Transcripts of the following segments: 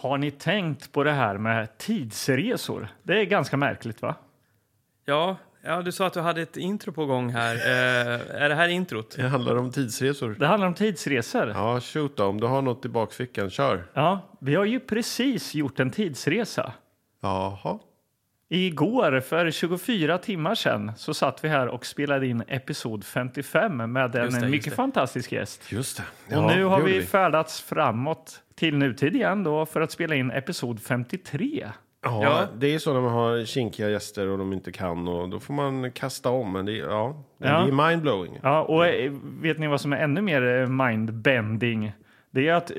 Har ni tänkt på det här med tidsresor? Det är ganska märkligt, va? Ja, ja du sa att du hade ett intro på gång här. Eh, är det här introt? Det handlar om tidsresor. Det handlar om tidsresor. Ja. Ja, shoot då. Om du har något i bakfickan, kör. vi har ju precis gjort en tidsresa. Jaha. Igår, för 24 timmar sedan, så satt vi här och spelade in episod 55 med en Just det, just mycket det. fantastisk gäst. Just det. Och Ja, nu har det vi gjorde färdats framåt till nutid igen då för att spela in episod 53. Ja, Ja. det är så när man har kinkiga gäster och de inte kan och då får man kasta om. Men det, är- ja, men Ja. det är mindblowing. Ja, och eh, vet ni vad som är ännu mer eh, mindbending? Det är att eh,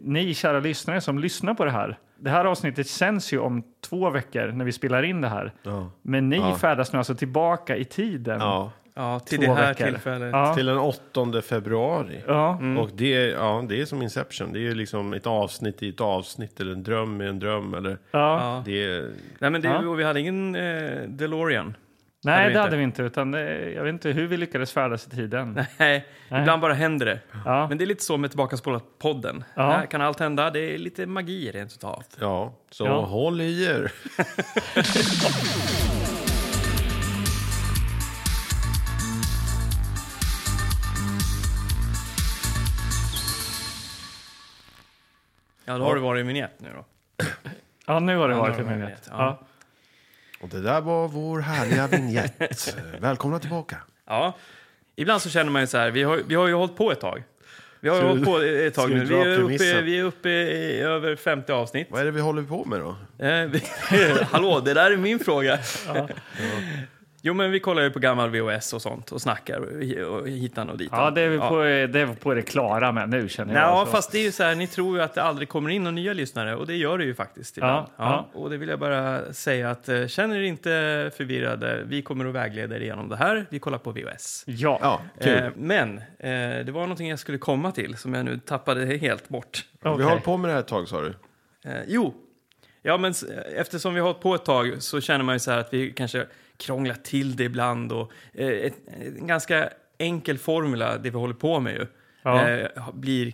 ni kära lyssnare som lyssnar på det här. Det här avsnittet sänds ju om två veckor när vi spelar in det här. Ja. Men ni Ja. färdas nu alltså tillbaka i tiden. Ja. Ja, till Två det här veckor. tillfället. Ja. Mm. Till den 8 februari. Ja. Och det är, ja, det är som Inception. Det är ju liksom ett avsnitt i ett avsnitt eller en dröm i en dröm. Eller Ja. Ja. det är, Nej, men det, Ja. och Vi hade ingen eh, DeLorean. Nej, Hade vi det inte. hade vi inte. Utan det, jag vet inte hur vi lyckades färdas i tiden. Nej, ibland bara händer det. Ja. Men det är lite så med Tillbakaspolat-podden. Ja. Här kan allt hända. Det är lite magi rent utav. ja, så Ja. håll i er. Ja, då har du varit i minett nu då. Ja, nu har det Ja, varit nu en har det minut. varit, ja. Ja. Och det där var vår härliga vignett. Välkomna tillbaka. Ja. Ibland så känner man ju så här, vi har, vi har ju hållit på ett tag. Vi har ju Ska hållit du- på ett tag ska nu. du Vi dra är, uppe, premissen? vi är uppe i över 50 avsnitt. Vad är det vi håller på med då? Eh, vi- Hallå, det där är min fråga. Jo, men vi kollar ju på gammal VHS och sånt och snackar och- och hitan och ditan. Ja, det är vi på, det, är vi på det klara med nu känner jag. Ja, alltså. fast det är ju så här, ni tror ju att det aldrig kommer in några nya lyssnare och det gör det ju faktiskt ibland. Ja, ja. Och det vill jag bara säga att eh, känner er inte förvirrade, vi kommer att vägleda er igenom det här. Vi kollar på VHS. Ja. Ja, kul. Eh, men eh, det var någonting jag skulle komma till som jag nu tappade helt bort. Vi okej. har hållit på med det här ett tag sa du. Eh, jo, ja, men s- eftersom vi har hållit på ett tag så känner man ju så här att vi kanske krånglar till det ibland och eh, ett, en ganska enkel formula, det vi håller på med ju, Ja. eh, ha- blir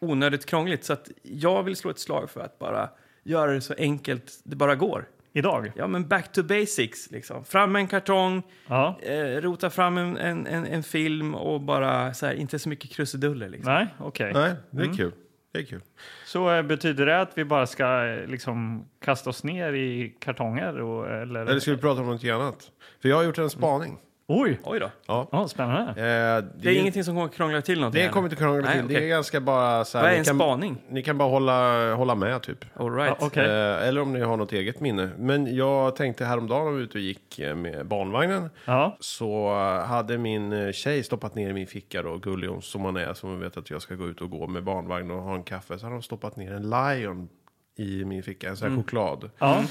onödigt krångligt. Så att jag vill slå ett slag för att bara göra det så enkelt det bara går. Idag? Ja, men back to basics liksom. Fram med en kartong, Ja. eh, rota fram en, en, en, en film och bara så här, inte så mycket krusiduller liksom. Nej, okej. Nej, det är Mm. kul. Det är kul. Så eh, betyder det att vi bara ska eh, liksom kasta oss ner i kartonger? Och, eller? Eller ska vi prata om något annat? För jag har gjort en Mm. spaning. Oj! Oj då. Ja. Ja, spännande. Eh, det, är Det är ingenting som kommer krångla till någonting. Det här. kommer inte krångla Nej, till. Det okej. är ganska bara så här. Vad är ni en kan, spaning? Ni kan bara hålla, hålla med typ. All right. Ja, okej. Eh, eller om ni har något eget minne. Men jag tänkte häromdagen när vi var ute och gick eh, med barnvagnen. Ja. Så eh, hade min eh, tjej stoppat ner i min ficka då, gullig hon som hon är, som hon vet att jag ska gå ut och gå med barnvagn och ha en kaffe. Så hade hon stoppat ner en Lion i min ficka, en sån Mm. här choklad. Ja.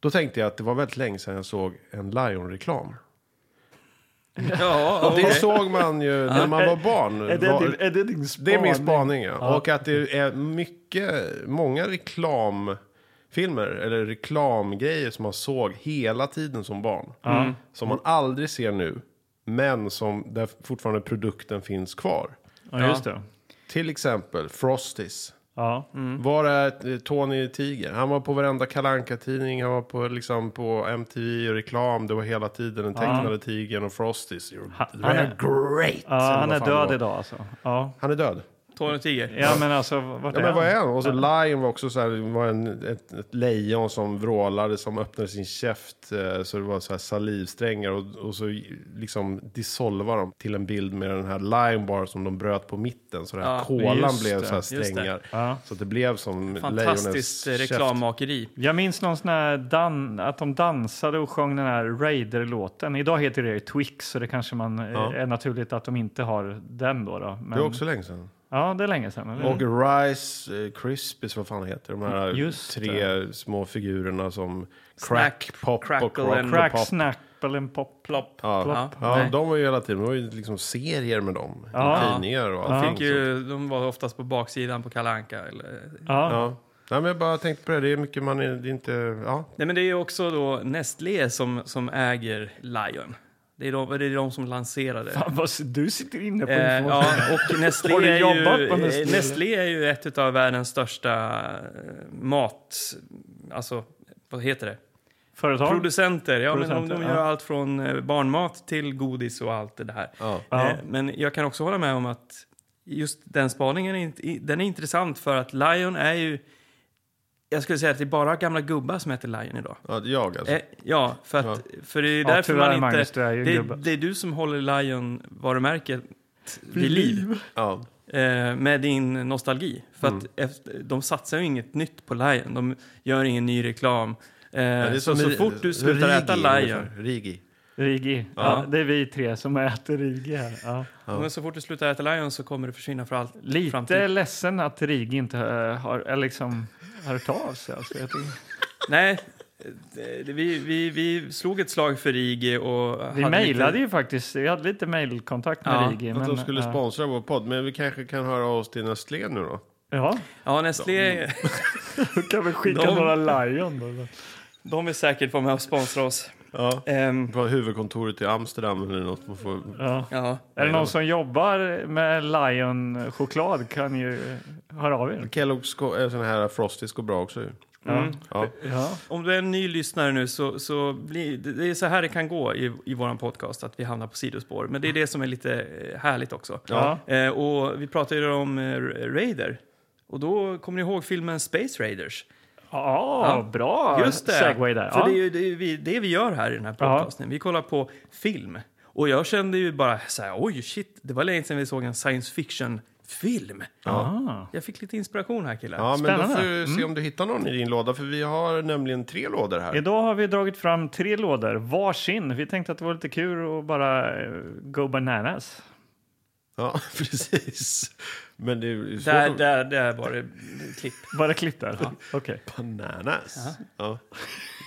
Då tänkte jag att det var väldigt länge sedan jag såg en Lion-reklam. Ja, Och det såg man ju när man var barn. Är det, Var- din, är det din Det är spaning? min spaning, ja. Och att det är mycket, många reklamfilmer eller reklamgrejer som man såg hela tiden som barn. Mm. Som man aldrig ser nu, men som där fortfarande produkten finns kvar. Ja, just det. Till exempel Frosties. Ja. Var är eh, Tony Tiger? Han var på varenda kalanka tidning han var på, liksom, på MTV och reklam. Det var hela tiden den tecknade tigern och Frosties. You're Han- han är- they're great! Ja, Eller han vad är fan det död var. idag alltså. Ja. Han är dåd. Tony Tiger. ja, men alltså vart Ja, är men vad han? är han? Och så Lion var också så här, det var en, ett, ett lejon som vrålade, som öppnade sin käft. eh, Så det var så här salivsträngar och, och så liksom dissolvade de till en bild med den här Lion Bar som de bröt på mitten. Så den här Ja, kolan just blev det, så här det. strängar. Ja. Så att det blev som lejonets Fantastiskt eh, käft. reklammakeri. Jag minns någon sån här dan- att de dansade och sjöng den här Raider-låten. Idag heter det ju Twix, så det kanske man eh, Ja. är naturligt att de inte har den då. då. Det Men, var också länge sedan. Ja, det är länge sedan. Mm. eller? Och Rice eh, Krispies, vad fan heter de här Just tre små figurerna som Snack, Crack, Pop Crackle och Crock and- Crack, och Pop. snap eller en pop. Plopp. Ja. Ja. Ja, Nej. de var ju hela tiden, det var ju liksom serier med dem. Ja. I tidningar och Ja. Fick allting. sånt. ju, de var oftast på baksidan på Kalle Anka. Eller... Ja. Ja. Nej, men jag bara tänkte på det, det är mycket man är, det är inte, ja. Nej, men det är ju också då Nestlé som, som äger Lion. Det är de, det är de som lanserade. Fan, vad s- du sitter inne på Eh, information. ja, och Nestlé Har du är, jobbat ju, på Nestlé, eh, Nestlé är ju ett av världens största eh, mat... Alltså, vad heter det? Företag? Producenter. Ja, men de, de Producenter, gör ja. allt från eh, barnmat till godis och allt det där. Ja. Ja. Eh, Men jag kan också hålla med om att just den spaningen är, int- i- den är intressant för att Lion är ju... Jag skulle säga att det är bara gamla gubbar som heter Lion idag. Ja, jag alltså. Eh, Ja, för, att, för det är Ja, därför tyvärr, man inte... Magnus, du är ju en det, gubbe. är, det är du som håller Lion-varumärket vid liv Ja. eh, med din nostalgi. För att efter, de satsar ju inget nytt på Lion, de gör ingen ny reklam. Eh, Ja, det är så, som så i- fort du slutar Rigi äta Lion, ungefär. Rigi. Rigi. Ja. Ja. det är vi tre som äter Rigi här. Ja. Ja. men så fort du slutar äta Lion så kommer det försvinna för allt. Lite Framtid. ledsen att Rigi inte eh, har, eller liksom, har hört av sig. Alltså. Jag tycker- Nej, det- det- vi, vi, vi slog ett slag för Rigi och... Vi hade mejlade lite- ju faktiskt. Vi hade lite mejlkontakt med Ja, Rigi. eh, Att de skulle ja. sponsra vår podd. Men vi kanske kan höra av oss till Nestlé nu då. Ja, Ja, Nestlé, då kan vi skicka De- några Lion. Då. de är säkert på med att sponsra oss. Ja. Ehm, På huvudkontoret i Amsterdam eller något. Man får... Ja. ja. Är det någon som jobbar med Lion-choklad kan ju höra av er. Kellogg's går- eh, sån här Frosties går bra också ju. Ja. Ja. Ja. Mm. Om du är en ny lyssnare nu så, så blir det det är så här det kan gå i, i vår podcast, att vi hamnar på sidospår. Men det är det som är lite eh, härligt också. Ja. Eh, och vi pratade ju om eh, Raider. Och då kommer ni ihåg filmen Space Raiders? Ja, bra Just det! segway där. För Ja. det är ju det, är vi, det vi gör här i den här Ja. podcasten. Vi kollar på film. Och jag kände ju bara så här, oj shit, det var länge sedan vi såg en science fiction-film. Ah. Jag fick lite inspiration här killar. Ja, men då Spännande. Mm. får du se om du hittar någon i din låda. För vi har nämligen tre lådor här. Idag har vi dragit fram tre lådor, varsin. Vi tänkte att det var lite kul att bara eh, go bananas. Ja, precis. Men det är ju svårt Där, att- där, där var det klipp. Bara klipp där. Okej. Bananas. Ja.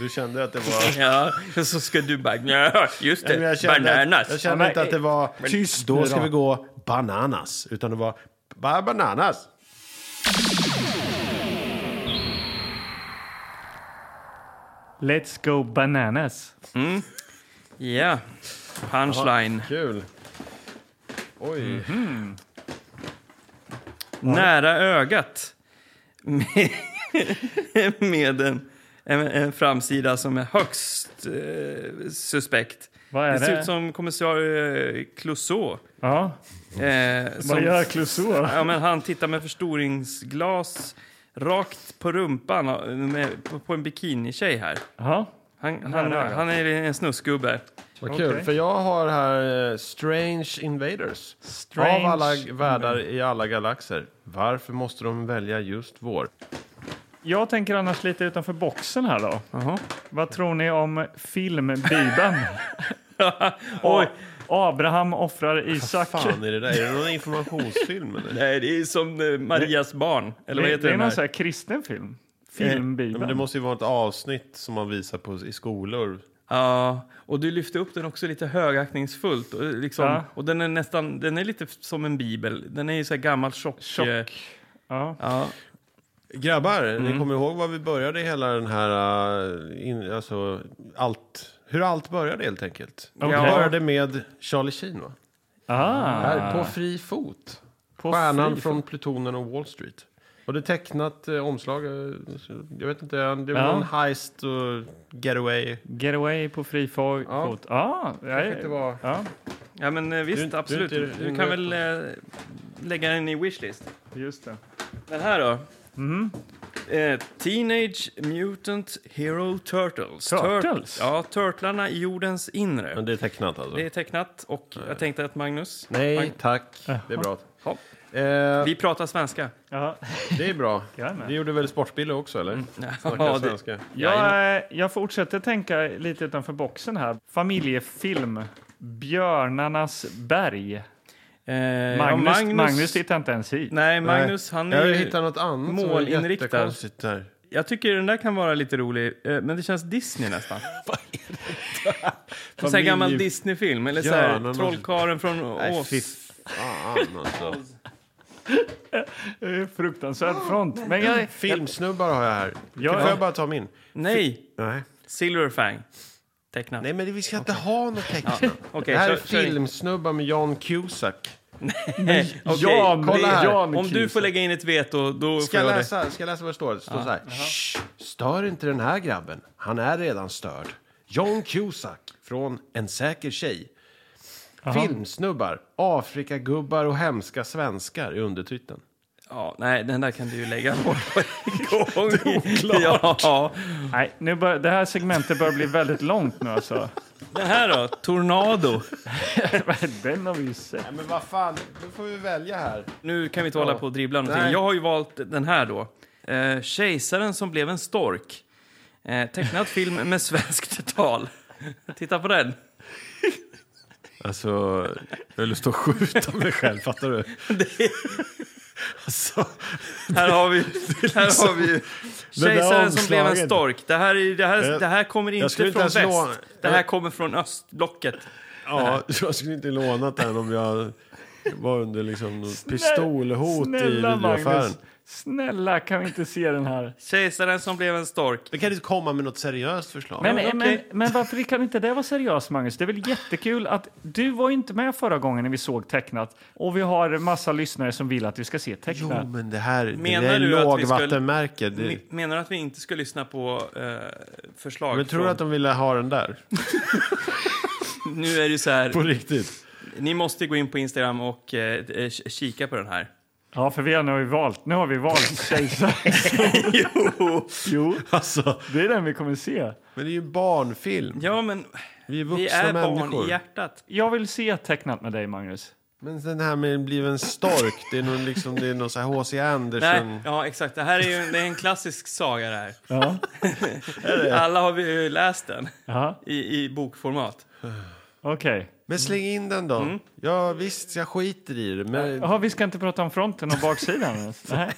Du kände att det var... Ja, så ska du bara, "Nja, just det, Jag kände, bananas. Jag kände Ja, inte men- att det var... Tyst Då ska då. vi gå bananas. Utan det var bara bananas. Let's go bananas. Ja, punchline. Kul. Oj. Mhm. Nära ögat. Med, med en, en, en framsida som är högst eh, suspekt. Vad Det är ser det? ut som kommissarie Clouseau. Ja. Eh, Vad som, gör Clouseau? ja, men han tittar med förstoringsglas rakt på rumpan eh, med, på, på en bikinitjej här. Ja. Han, han, Nära ögat. han är en snusgubbe. Vad kul, Okej. för jag har här eh, Strange Invaders. Strange- Av alla g- världar i alla galaxer. Varför måste de välja just vår? Jag tänker annars lite utanför boxen här då. Jaha. Vad tror ni om filmbibeln? Oj. Abraham offrar Isak. Vad fan är det där? Är det någon informationsfilm eller? Nej, det är som eh, Marias barn. Eller vad Det, heter det är den någon här? så här kristen film. Eh, Men det Filmbibeln. måste ju vara ett avsnitt som man visar på i skolor. Ja, och du lyfte upp den också lite högaktningsfullt. Och, liksom, Ja. och den är nästan, den är lite som en bibel. Den är ju så här gammal tjock. eh, Tjock. Ja. Ja, Grabbar, ni Mm. kommer ihåg var vi började hela den här... eh, In, alltså, allt, hur allt började helt enkelt. Okej. Det började med Charlie Sheen va? Här, Ah. på fri fot. På Stjärnan fri- från Plutonen och Wall Street. Och det är tecknat eh, omslag. eh, så- Jag vet inte, eh, det var Ja. någon heist och getaway. Getaway på fri fo- Ja. fot. Ah, jag, inte var- ja, ja men eh, Du är visst, inte- absolut. du är Du, inte- kan väl eh, lägga den i wishlist. just det. Mhm. Den här då? Eh, Teenage Mutant Hero Turtles. Tur- Turtles? ja, turtlarna i jordens inre. Men det är tecknat alltså? Det är tecknat och jag tänkte att Magnus... Nej Mag- tack, det är bra. Ja. Eh, Vi pratar svenska. Ja. det är bra. Jag är med. Det gjorde väl Sportbilen också eller? Snackar Mm. Ja, det- svenska. Jag, eh, jag fortsätter tänka lite utanför boxen här. Familjefilm. Björnarnas berg. Eh, ja, Magnus, Magnus... tittar inte ens hit. Nej, Magnus, han är jag ju, hittar något annat målinriktad. som är jättekonstigt där. Jag tycker den där kan vara lite rolig, eh, men det känns Disney nästan. En sån här gammal Familje- Disney-film, eller så Ja, här någon- Trollkarlen från Nej, fy Ås. fan alltså. Det är Eh, Fruktansvärd front. Men jag, Filmsnubbar har jag här. Ja, Får ja. jag bara ta min? Nej, Nej. Silverfang. tecknat? Nej, men vi ska inte ha något tecknat. Okej, det här är kör- kör in. filmsnubbar med John Cusack. Eh, Okej, Jan, det- kolla här. Jan Om du Kies. får lägga in ett veto, då Ska får jag jag det. läsa, ska jag läsa vad det står? Det står så här. "Shh, Stör inte den här grabben. Han är redan störd. John Cusack från En säker tjej. Filmsnubbar, Afrikagubbar och hemska svenskar i undertiteln. Ja, nej, den där kan du ju lägga bort på en gång. ja. Nej, nu bör, det här segmentet börjar bli väldigt långt nu alltså. Den här då? Tornado. Den har vi ju sett. men vad fan, nu får vi välja här. Nu kan vi inte hålla på och dribbla någonting. Nej. Jag har ju valt den här då. Eh, Kejsaren som blev en stork. Eh, tecknad film med svenskt tal. Titta på den. Alltså, jag har lust att skjuta mig själv, fattar du? Alltså, Här har vi, här har vi ju där Kejsaren som blev en omslaget. stork. Det här, är, det här, Jag- det här kommer inte skulle från inte väst. ens låna- Det här kommer från östblocket. ja, jag skulle inte lånat den om jag var under liksom något pistolhot i videoaffären. Snälla, kan vi inte se den här? Kejsaren som blev en stork. Men kan du komma med något seriöst förslag? Men, Ja, men men, okej. men varför kan inte det vara seriöst, Magnus? Det är väl jättekul att du var ju inte med förra gången när vi såg tecknat och vi har en massa lyssnare som vill att vi ska se Jo, tecknat. men det här Menar det är du att vi lågvattenmärke. Det- Me- Menar du att vi inte ska lyssna på eh, förslag? Men tror du från- att de ville ha den där? Nu är det ju så här, På riktigt? ni måste gå in på Instagram och eh, eh, kika på den här. Ja, för vi har nu valt. Nu har vi valt kejsaren. jo! jo, Alltså, det är den vi kommer se. men det är ju barnfilm. Ja, men Vi är vuxna vi är barn människor. i hjärtat. Jag vill se tecknat med dig, Magnus. Men den här med bliv en stork, det är nog liksom, det är någon så här H.C. Nej, Andersen. ja, exakt. Det här är ju det är en klassisk saga det här. Ja, Alla har vi ju läst den ja. i, i bokformat. okej. Men släng in den då. Mm. Ja, visst, jag skiter i det. Men Jaha, vi ska inte prata om fronten och baksidan? ens? Nej.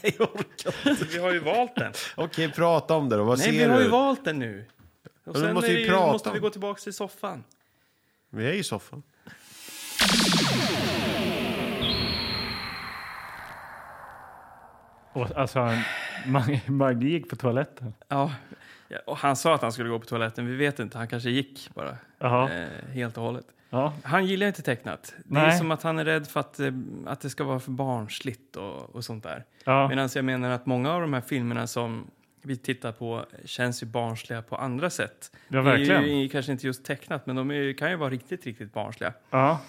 Vi har ju valt den. okej, prata om det då. Vad Nej, ser vi har du? ju valt den nu. Och Ja, sen då måste är vi det ju, prata måste vi om. gå tillbaka till soffan. Vi är ju i soffan. Och, alltså, Mag- Maggie gick på toaletten. Ja. Ja, Och han sa att han skulle gå på toaletten. Vi vet inte. Han kanske gick bara. Jaha. Eh, helt och hållet. Ja. Han gillar inte tecknat. Det är Nej. som att han är rädd för att, eh, att det ska vara för barnsligt och, och sånt där. Ja. Medan jag menar att många av de här filmerna som vi tittar på känns ju barnsliga på andra sätt. Ja, Det är verkligen. ju kanske inte just tecknat, men de är, ju- kan ju vara riktigt, riktigt barnsliga. Ja.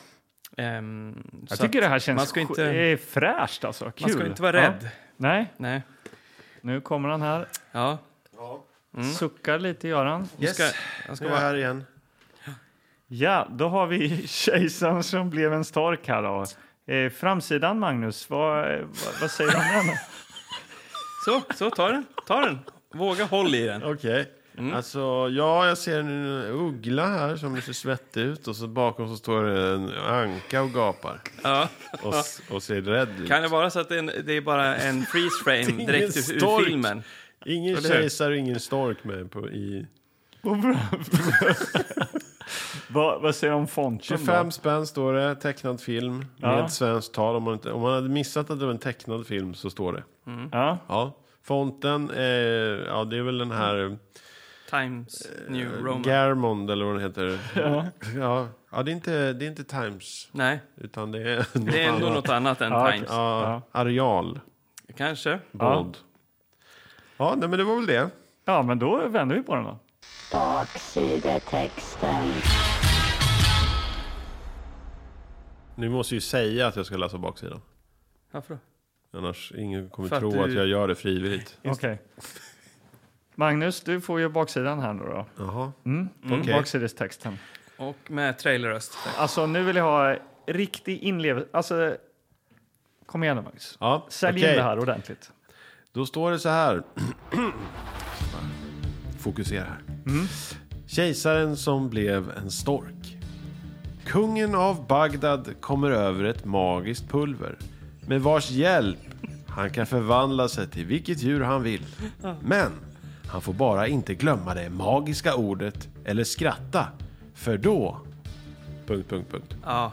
Ehm, Jag så tycker att det här känns man ska inte- sj- eh, fräscht. Alltså. Kul. man ska inte vara Ja. rädd. Nej. Nej. Nu kommer han här. Ja. Mm. Suckar lite, Göran. Yes, Ska, jag ska nu är jag vara, här igen. Ja, då har vi kejsaren som blev en stark här. Då. Eh, framsidan, Magnus. Vad, eh, vad, vad säger du om den? så, så, ta den. Ta den. Våga håll i den. Okej. Mm. Alltså, ja, jag ser en uggla här som ser svettig ut och så bakom så står det en anka och gapar Ja. och, s- och ser rädd ut. Kan det vara så att det är, en, det är bara en freeze frame ingen direkt ur, ur stork. filmen? Ingen Eller hur? kejsare och ingen stork med på, i... vad, vad säger du om fonten? 25 Då? spänn står det, tecknad film Ja. med svenskt tal. Om man, inte, om man hade missat att det var en tecknad film så står det. Ja. Ja. Fonten, eh, ja det är väl den här Times New eh, Roman. Garmond eller vad den heter. Ja. Ja. det, är inte, det är inte Times, Nej, utan det är något det är ändå annat. något annat än Ja, Times. Ja, areal. Kanske. Bold. Ja, nej, men det var väl det. ja, men då vänder vi på den. då. Baksidetexten. Nu måste ju säga att jag ska läsa baksidan. Varför då? Annars ingen kommer För att tro du- att jag gör det frivilligt. Okej. Magnus, du får ju baksidan här nu då. Jaha. Mm. Okej. Baksidestexten. Och med trailerröst. Alltså, nu vill jag ha riktig inlevelse. Alltså, kom igen nu, Magnus. Ja, Sälj okej. in det här ordentligt. Då står det så här. Fokusera här. Kejsaren som blev en stork. Kungen av Bagdad kommer över ett magiskt pulver med vars hjälp han kan förvandla sig till vilket djur han vill. Men han får bara inte glömma det magiska ordet eller skratta, för då... Punkt, punkt, punkt. Ja.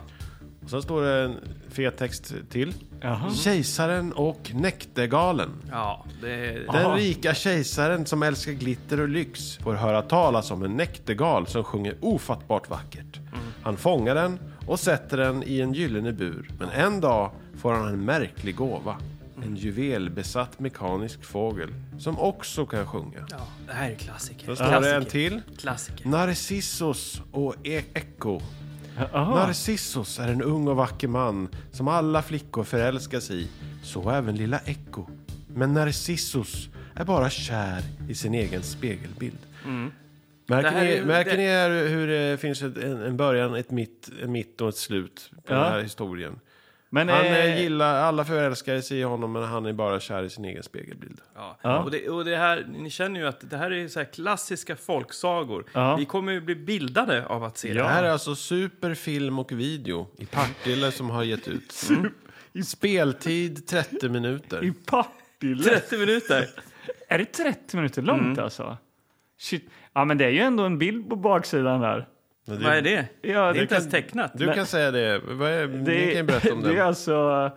Och sen står det en fet text till. Jaha. Kejsaren och näktergalen. Ja, det är... Den Aha. rika kejsaren som älskar glitter och lyx får höra talas om en näktergal som sjunger ofattbart vackert. Han fångar den och sätter den i en gyllene bur. Men en dag får han en märklig gåva. En juvelbesatt mekanisk fågel som också kan sjunga. Ja, det här är klassiker. Sen står det en till. Klassiker. Narcissus och e- Echo. Jaha. Narcissus är en ung och vacker man som alla flickor förälskas i, så även lilla Echo. Men Narcissus är bara kär i sin egen spegelbild. Mm. Det här Märker, är ni, ju- märker det- ni här hur det finns ett, en, en början, ett mitt, en mitt och ett slut på Ja. den här historien? Men Han eh, eh, gillar, alla förälskar sig i honom men han är bara kär i sin egen spegelbild. Ja. Ja. Och, det, och det här, ni känner ju att det här är så här klassiska folksagor. Ja. Vi kommer ju bli bildade av att se det. Ja. Det här är alltså superfilm och video i Partille som har gett ut. Mm. Speltid 30 minuter. i Partille? 30 minuter! Är det 30 minuter långt Mm. alltså? Shit. Ja, men det är ju ändå en bild på baksidan där. Men Vad är det? Ja, Det är inte kan- ens tecknat. Du Nej. kan säga det. Vad är, det, ni kan ju berätta om det. det. är alltså...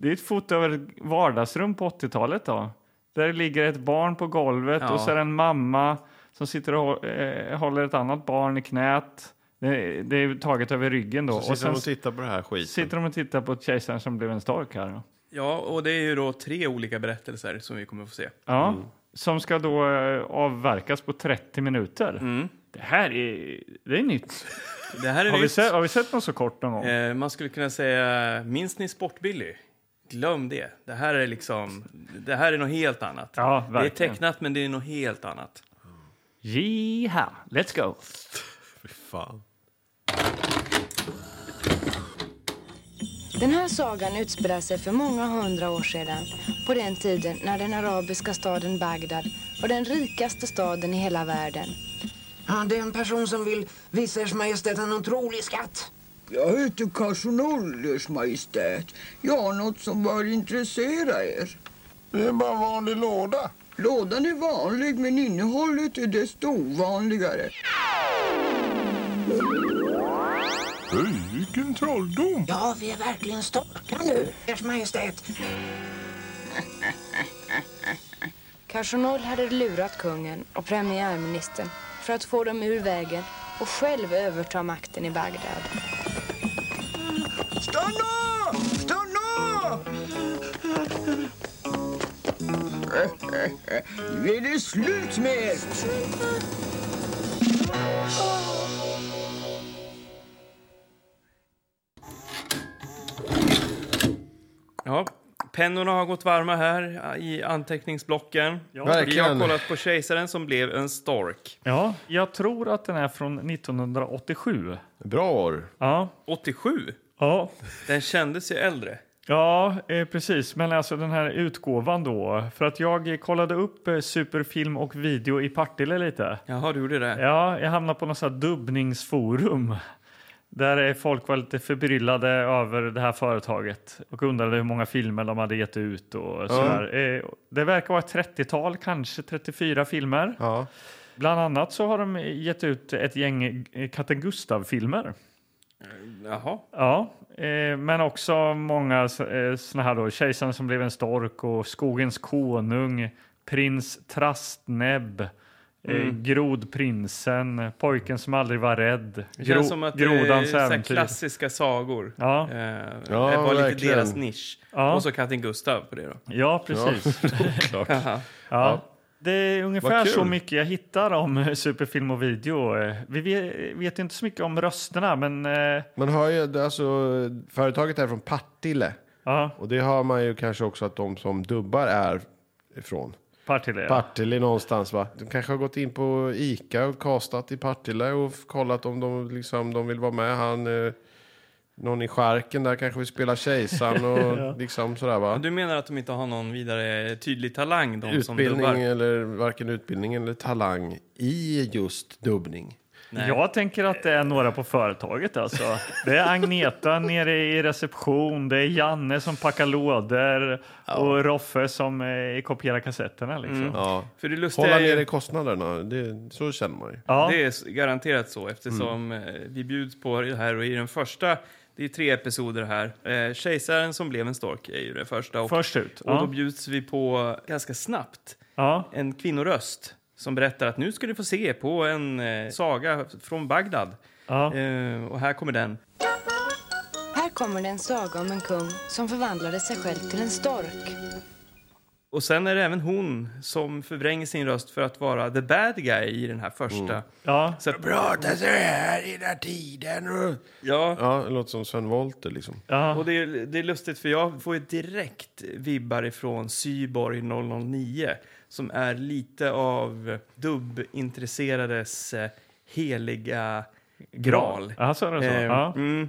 Det är ett foto över ett vardagsrum på 80-talet då. Där ligger ett barn på golvet Ja. och så är det en mamma som sitter och hå- eh, håller ett annat barn i knät. Det, det är taget över ryggen då. och sitter och sen de och tittar på det här skiten. sitter de och tittar på kejsaren som blev en stork här. Då. Ja, och det är ju då tre olika berättelser som vi kommer få se. Ja, Mm. som ska då eh, avverkas på 30 minuter. Mm. Det här är, det är nytt. Det här är Har vi, nytt. sett, har vi sett något så kort någon gång? Eh, man skulle kunna säga, minns ni Sportbilly? Glöm det. Det här är liksom, det här är något helt annat. Ja, det är verkligen. tecknat, men det är något helt annat. Jiha, let's go. Fy fan. Den här sagan utspelar sig för många hundra år sedan. På den tiden när den arabiska staden Bagdad var den rikaste staden i hela världen. Han är en person som vill visa ers majestät en otrolig skatt. Jag heter Carson Ers Majestät. Jag har något som bör intressera er. Det är bara en vanlig låda. Lådan är vanlig, men innehållet är desto ovanligare. Hej, vilken trolldom! Ja, vi är verkligen stolta nu, ers majestät. Cardinal hade lurat kungen och premiärministern för att få dem ur vägen och själv överta makten i Bagdad. Stanna! Stanna! Nu är det slut med er! Ja, pennorna har gått varma här i anteckningsblocken. Vi har Verkligen. kollat på kejsaren som blev en stork. Ja, jag tror att den är från 1987. Bra år. Ja, 87? ja. Den kändes ju äldre. ja eh, precis. Men alltså den här utgåvan då. För att jag eh, kollade upp eh, superfilm och video i Partille lite. Jaha, du gjorde det. Ja, jag hamnade på något så här dubbningsforum. Där eh, folk var lite förbryllade över det här företaget och undrade hur många filmer de hade gett ut. Och sådär. Eh, Det verkar vara ett 30-tal, kanske 34 filmer. Ja. Bland annat så har de gett ut ett gäng eh, katten Gustav-filmer. Jaha. Ja, eh, men också många s- eh, såna här då. Kejsaren som blev en stork och Skogens konung, Prins Trastnäbb, eh, Mm. Grodprinsen, Pojken som aldrig var rädd, Det Gro- känns som att Grodans det är så här äventyr. klassiska sagor. Ja. Eh, Ja, det var lite verkligen. deras nisch. Ja. Och så katten Gustav på det då. Ja, precis. Ja. Det är ungefär Vad kul. så mycket jag hittar om eh, superfilm och video. Eh, Vi ve- vet ju inte så mycket om rösterna, men... eh, Man hör ju, det är alltså, företaget är från Partille. Ja, Och det hör man ju kanske också att de som dubbar är ifrån. Partille. ja. Partille någonstans va? De kanske har gått in på Ica och kastat i Partille och f- kollat om de, liksom, de vill vara med. Han, eh, någon i skärken där kanske vill spela kejsaren och liksom sådär va? Du menar att de inte har någon vidare tydlig talang, de som utbildning dubbar? eller varken utbildning eller talang i just dubbning. Nej. Jag tänker att det är några på företaget. Alltså. Det är Agneta nere i reception, det är Janne som packar lådor och Roffe som eh, kopierar kassetterna. Liksom. Mm. Ja. För det lustiga Hålla är nere ju, kostnaderna, det, så känner man ju. Ja. Mm. det är s- garanterat så eftersom eh, vi bjuds på det här och i den första Det är tre episoder här. Eh, Kejsaren som blev en stork är ju den första. Och, Först ut. och då Ja. bjuds vi på, ganska snabbt, Ja. en kvinnoröst som berättar att nu ska du få se på en eh, saga från Bagdad. Ja. Eh, och här kommer den. Här kommer det en saga om en kung som förvandlade sig själv till en stork. Och sen är det även hon som förvränger sin röst för att vara the bad guy i den här första. Mm. Ja. Så att, Prata så här hela tiden. ja, Ja, det låter som Sven Wollter liksom. Ja. Och det är, det är lustigt för jag får ju direkt vibbar ifrån Syborg 009 som är lite av dubbintresserades eh, heliga graal. Ja, så är det så. Eh, Ja. mm.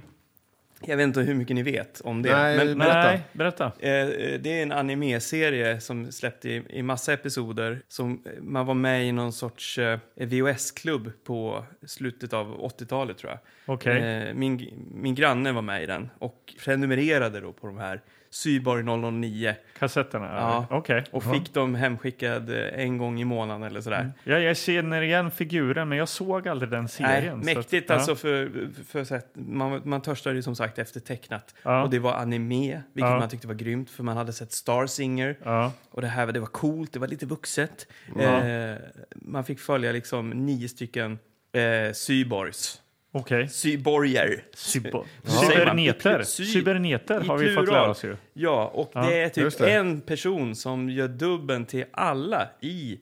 Jag vet inte hur mycket ni vet om det. Nej, men, berätta. Nej, berätta. Eh, eh, Det är en anime-serie som släppte i, i massa episoder. Som eh, man var med i någon sorts eh, VHS-klubb på slutet av 80-talet tror jag. Okej. Eh, Min, min granne var med i den och prenumererade då på de här Syborg 009 Kassetterna? Ja. Ja. Okej. och fick dem hemskickad eh, en gång i månaden eller sådär. Ja, jag känner igen figuren, men jag såg aldrig den serien. så Nej, mäktigt att, alltså för, för så att man, man törstade ju som sagt efter tecknat. Ja. Och det var anime, vilket Ja. man tyckte var grymt för man hade sett Star Singer. Ja. Och det här det var coolt, det var lite vuxet. Ja. Eh, man fick följa liksom nio stycken eh, syborgs. Ja. Okej. Syborger. Cyber- säger man? Cyberneter. Sy- Cyberneter har i vi fått plural. lära oss ju. Ja, och det är typ just det. en person som gör dubben till alla i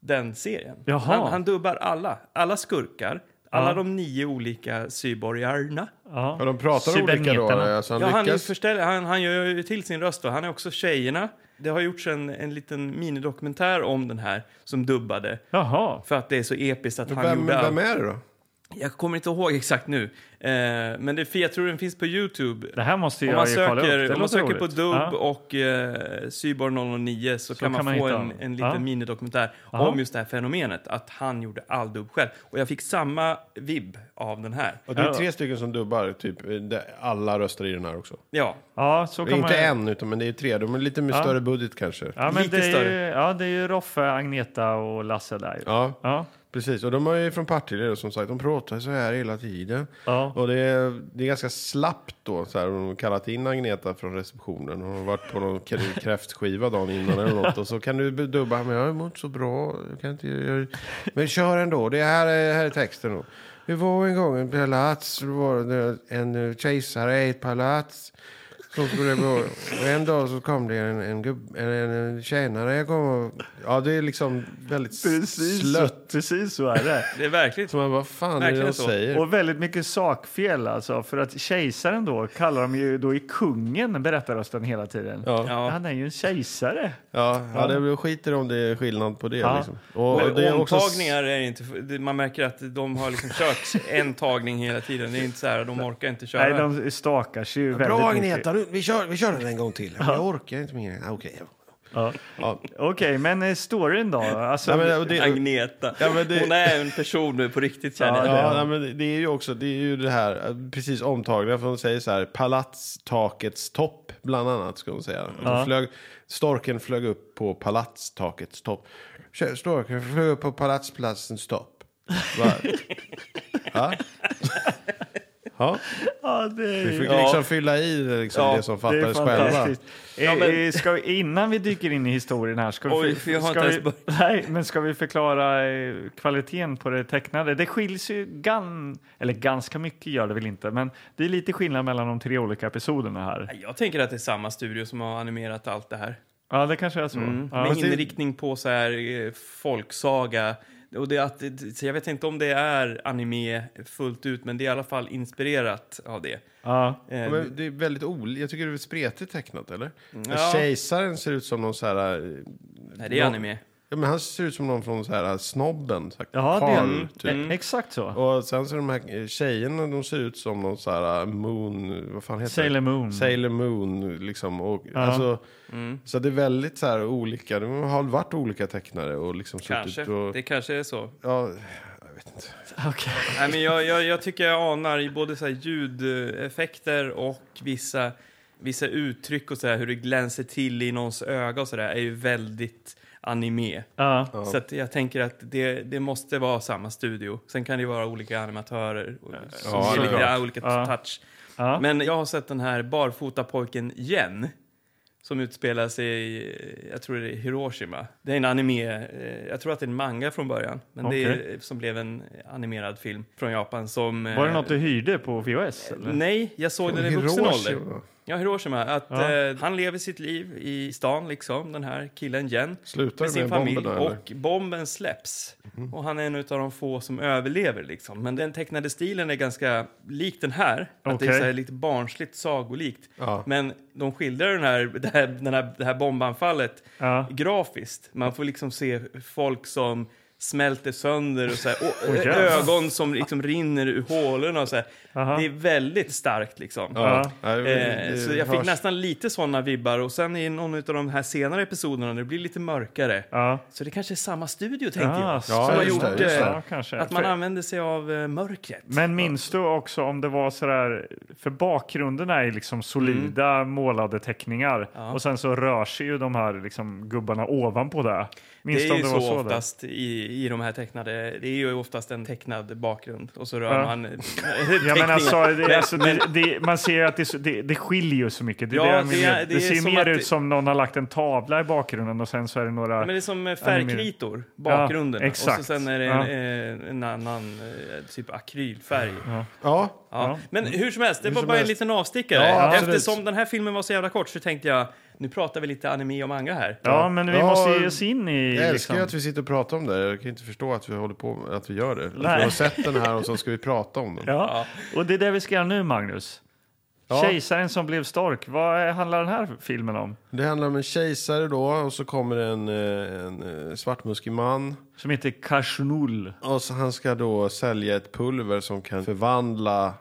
den serien. Jaha. Han, han dubbar alla, alla skurkar, alla Ja. de nio olika syborgarna. Ja, Ja. de pratar olika då. Cyberneterna. Alltså, han Ja, han, ju lyckas. förställer, han, han gör ju till sin röst. Va? Han är också tjejerna. Det har gjorts en, en liten minidokumentär om den här som dubbade. Jaha. För att det är så episkt att han Vem, gjorde allt. vem är det då? Jag kommer inte ihåg exakt nu. Eh, men det, jag tror den finns på Youtube. Det här måste Om jag man ju kolla upp. Det söker, om man låter söker på roligt. Dubb Ja. och eh, Cyborg 009 så, kan man, kan man få hitta en, dem. en liten Ja. minidokumentär Aha. om just det här fenomenet. Att han gjorde all dubb själv. Och jag fick samma vibb av den här. Och det är tre stycken som dubbar, typ. Det- Alla röster i den här också. Ja, Ja, så kan Inte man... en, utan men det är tre. De är lite med Ja. större budget kanske. Ja, men Lite det är, ju, större. ja, det är ju Roffe, Agneta och Lasse där ju. Ja, Ja. precis. Och de är ju från Partille då, som sagt. De pratar så här hela tiden. Ja. Och det är, det är ganska slappt då. Så här, de har kallat in Agneta från receptionen. Hon har varit på någon krä- kräftskiva dagen innan eller något. Och så kan du dubba. Men jag har mått så bra. Jag kan inte, jag, men kör ändå. Det här är, här är texten då. Det var en gång en palats. Det var det en eh, kejsare i ett palats. Som skulle bo. Och en dag så kom det en, en, gubb, en, en, en tjänare. Jag kom och, ja, det är liksom väldigt slött. precis så är det. det är verkligt. Så man bara, vad fan är det Verkligen de så. säger? Och väldigt mycket sakfel alltså. För att kejsaren då kallar de ju då i kungen berättarrösten hela tiden. Ja. Han är ju en kejsare. Ja, ja det blir skiter om det är skillnad på det. Ja. Liksom. Och Men det är också s- omtagningar är inte... det- Man märker att de har liksom kört en tagning hela tiden. Det är inte så här, de orkar inte köra. Nej, de stakar sig ju väldigt Bra mycket. Agneta, nu, vi, kör, vi kör den en gång till. Jag orkar inte mer. Ah, Okej. Ja. Ja. Okej, men eh, storyn då? Alltså, Nej, men, och det, Agneta. Ja, men det- Hon är en person nu på riktigt känner jag. ja, nej, men det- det är ju också det, är ju det här, eh, precis omtagningar, för de säger så här, palatstakets topp, bland annat, ska hon säga. Att De flög, storken flög upp på palatstakets topp. Kör, Storken flög upp på palatsplatsens topp. Va? ja. ja, ja, det vi är... fick Mm. Ja. liksom fylla i det, liksom, Ja, det som Det är fattades själva. fantastiskt. Eh, men- eh, Ska vi, innan vi dyker in i historien här, ska vi, Oj, för jag har ska inte vi, ens nej, men ska vi förklara eh, kvaliteten på det tecknade? Det skiljs ju gan, eller ganska mycket gör det väl inte, men det är lite skillnad mellan de tre olika episoderna här. Jag tänker att det är samma studio som har animerat allt det här. Ja, det kanske är så. Ja. Mm. Med inriktning på så här eh, folksaga. Och det är att, det- så jag vet inte om det är anime fullt ut, men det är i alla fall inspirerat av det. Ja. Eh, Ja, men det är väldigt olika. Jag tycker det är spretigt tecknat, eller? Ja. Kejsaren ser ut som någon så här... eh, nej, det är anime. Ja, men han ser ut som någon från så här eh, snobben. Så här, Ja, det karl, Mm, är, typ. eh, exakt så. Och sen så de här eh, tjejerna, de ser ut som någon så här eh, moon... Vad fan heter Sailor det? Moon. Sailor Moon, liksom. Och, alltså, Mm. Så det är väldigt så här olika. Det har varit olika tecknare och liksom Kanske. suttit och... Det kanske är så. Ja, jag vet inte. Okej. Nej, men jag, jag, jag tycker jag anar i både så här ljudeffekter och vissa, vissa uttryck och så här, hur det glänser till i någons öga och så där, är ju väldigt anime. Ja. Så att jag tänker att det, det måste vara samma studio. Sen kan det ju vara olika animatörer och, som Ja, ger det är lite klart. olika Ja. touch. Ja. Men jag har sett den här barfota pojken igen. Som utspelar sig i, eh, jag tror det är Hiroshima. Det är en anime, eh, jag tror att det är en manga från början. Men det är, som blev en animerad film från Japan som... eh, Var det något du hyrde på VHS? Eller? Nej, jag såg den i vuxen ålder. Ja, Hiroshima. Att, eh, han lever sitt liv i stan, liksom, den här killen Jen. Slutar med sin med familj. bomberna, eller? och bomben släpps. Och han är en av de få som överlever. Liksom. Men den tecknade stilen är ganska lik den här. Att det är Okej. så här lite barnsligt sagolikt. Ja. Men de skildrar den här, det, här, den här, det här bombanfallet Ja. grafiskt. Man får liksom se folk som smälter sönder och, så här, och Oj, jävlar. ögon som liksom rinner ur hålorna. Och så här. Aha. Det är väldigt starkt liksom. Ja. Ja. Nej, det- Eh, det så jag hörs. fick nästan lite såna vibbar och sen i någon av de här senare episoderna det blir lite mörkare. Ja. Så det kanske är samma studio tänkte Ah, jag. så som har just gjort det, just det. eh, Ja, kanske. att man För- använder sig av eh, mörkret. Men minns du också om det var sådär, för bakgrunderna är liksom solida Mm. målade teckningar och sen så rör sig ju de här liksom gubbarna ovanpå det. Minns du det är om ju det så, var så? där? oftast i, i de här tecknade, det är ju oftast en tecknad bakgrund och så rör Ja. man eh, Ja, men teckningen. alltså, det, alltså, det, det, man ser ju att det, är så- det, det skiljer ju så mycket. Det, är Ja, det, jag det menar. är- det det är ser som mer att- ut som någon har lagt en tavla i bakgrunden och sen så är det några... Ja, Men det är som eh, färgkritor, bakgrunden. exakt. Och så sen är det Ja. en, eh, en annan eh, typ akrylfärg. Ja. Ja, Men hur som helst, det var som bara en helst. liten avstickare. Ja, absolut. Eftersom den här filmen var så jävla kort så tänkte jag, nu pratar vi lite anime och manga här. ja, men vi Ja, måste ge oss in i... jag älskar liksom- ju att vi sitter och pratar om det. Jag kan inte förstå att vi håller på med, att vi gör det. Att vi Nej. har sett den här och så ska vi prata om den. Ja. Och det är det vi ska göra nu, Magnus. Kejsaren som blev stark, vad eh, handlar den här filmen om? Det handlar om en kejsare då och så kommer en, eh, en eh, svartmuskig man. Som heter Kashnul. Och så han ska då sälja ett pulver som kan förvandla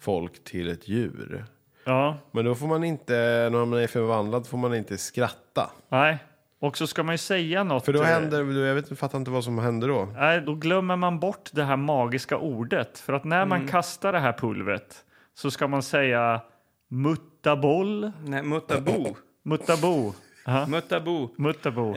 folk till ett djur. Ja, Men då får man inte, när man är förvandlad får man inte skratta. nej. Och så ska man ju säga något. För då eh, händer, då- jag vet, fattar inte vad som hände då. Nej, då glömmer man bort det här magiska ordet. För att när man Mm. kastar det här pulvret så ska man säga muttaboll, Nej, Muttabo. muttabo, Muttabo. muttabo. Eh,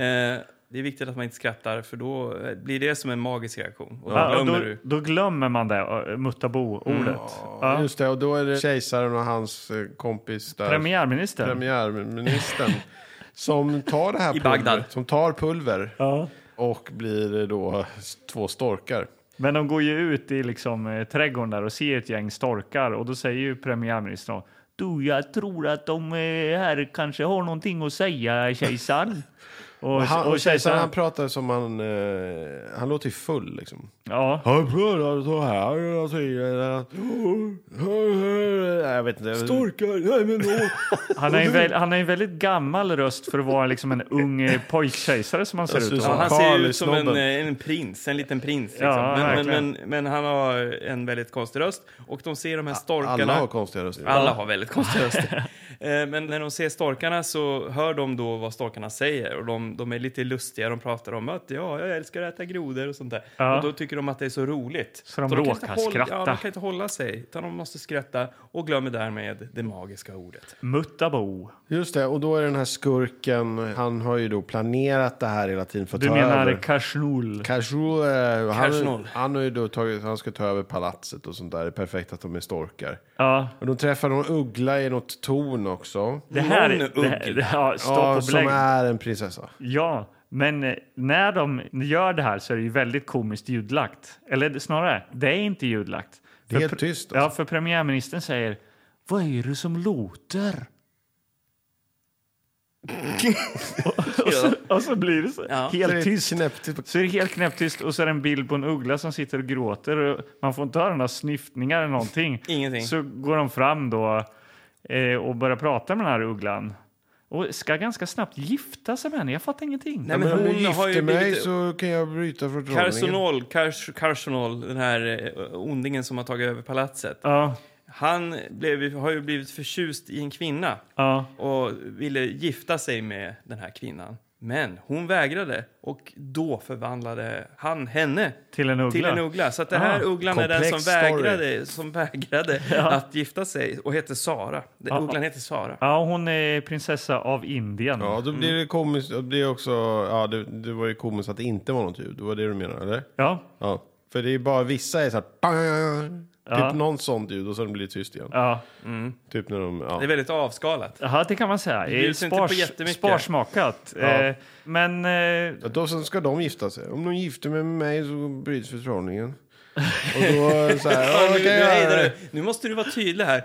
det är viktigt att man inte skrattar för då eh, blir det som en magisk reaktion. Och då Ja, och glömmer då, du. då glömmer man det, eh, muttabo-ordet. Ja. Mm. Just det, och då är det kejsaren och hans eh, kompis där. Premiärministern. premiärministern. som tar det här I pulver, Bagdad. som tar pulver Ja. och blir då två storkar. Men de går ju ut i liksom, eh, trädgården där och ser ett gäng storkar och då säger ju premiärministern du, jag tror att de eh, här kanske har någonting att säga, kejsaren. Och, Och, han, och och kejsaren han pratar som han, eh, han låter ju full liksom. ja. Han pratar så här hela tiden. Jag vet inte. Storkar, nej men då. Han har, en väl, han har en väldigt gammal röst för att vara liksom en ung eh, pojkkejsare som han ser Jag ser ut ut som. Ja, han som- ser Karl i ut som en, snobben. eh, en prins, en liten prins. Liksom. Ja, men, verkligen. men, men, men han har en väldigt konstig röst. Och de ser de här storkarna. Alla har konstiga röster. Alla har väldigt konstiga röster. Eh, Men när de ser storkarna så hör de då vad storkarna säger och de, de är lite lustiga. De pratar om att ja, jag älskar att äta grodor och sånt där. Ja. Och då tycker de att det är så roligt. Så de kan inte råkar hålla- skratta. Ja, de kan inte hålla sig, utan de måste skratta och glömmer därmed det magiska ordet. Muttabo. Just det, och då är den här skurken, han har ju då planerat det här hela tiden för att Du ta menar över. Kashnul. Casual, eh, han, Casual. han har ju då tagit, han ska ta över palatset och sånt där. Det är perfekt att de är storkar. Ja, Och de träffar någon uggla i något torn också. det här... Någon Det här uggla. ja, stopp Ja, och som belägg. är en prinsessa. Ja, men eh, när de gör det här så är det ju väldigt komiskt ljudlagt. Eller snarare, det är inte ljudlagt. Det är För helt pre- tyst. alltså. Ja, för premiärministern säger Vad är det som låter? och, och, så, och så blir det så, Ja. helt tyst. Knäppt, typ. Så är det helt knäpptyst och så är det en bild på en uggla som sitter och gråter. Och man får inte höra några snyftningar eller någonting. Ingenting. Så går de fram då eh, och börjar prata med den här ugglan. Och ska ganska snabbt gifta sig med henne. Jag fattar ingenting. Nej, Men men om du hon har ju gifter mig blivit... så kan jag bryta från drottningen. Carsonol, Cars- Carsonol, den här eh, ondingen som har tagit över palatset. Ja, Han blev, ju- har ju blivit förtjust i en kvinna. ja. och ville gifta sig med den här kvinnan. Men hon vägrade och då förvandlade han henne Till en uggla. till en uggla. Så att den här Ah, ugglan är den som komplex story. vägrade, som vägrade att gifta sig och heter Sara. Den, Ugglan heter Sara. ja, hon är prinsessa av Indien. Ja, då Mm. blir det komiskt. Det blir också, ja, det, det var ju komiskt att det inte var något ljud. Det var det du menade, eller? Ja. Ja. För det är bara vissa är så här... Typ någon sånt ljud och sen blir det tyst igen. Ja, Typ när de, ja. Det är väldigt avskalat. Jaha, det kan man säga. Det bjuds Eh, inte på spars- jättemycket. Sparsmakat. Eh, men eh, Ja, Då sen ska de gifta sig. Om de gifter med mig så bryts förtrollningen. Och då så här, ja, Ja, vad nu, kan nu, jag hejdar göra? du. nu måste du vara tydlig här.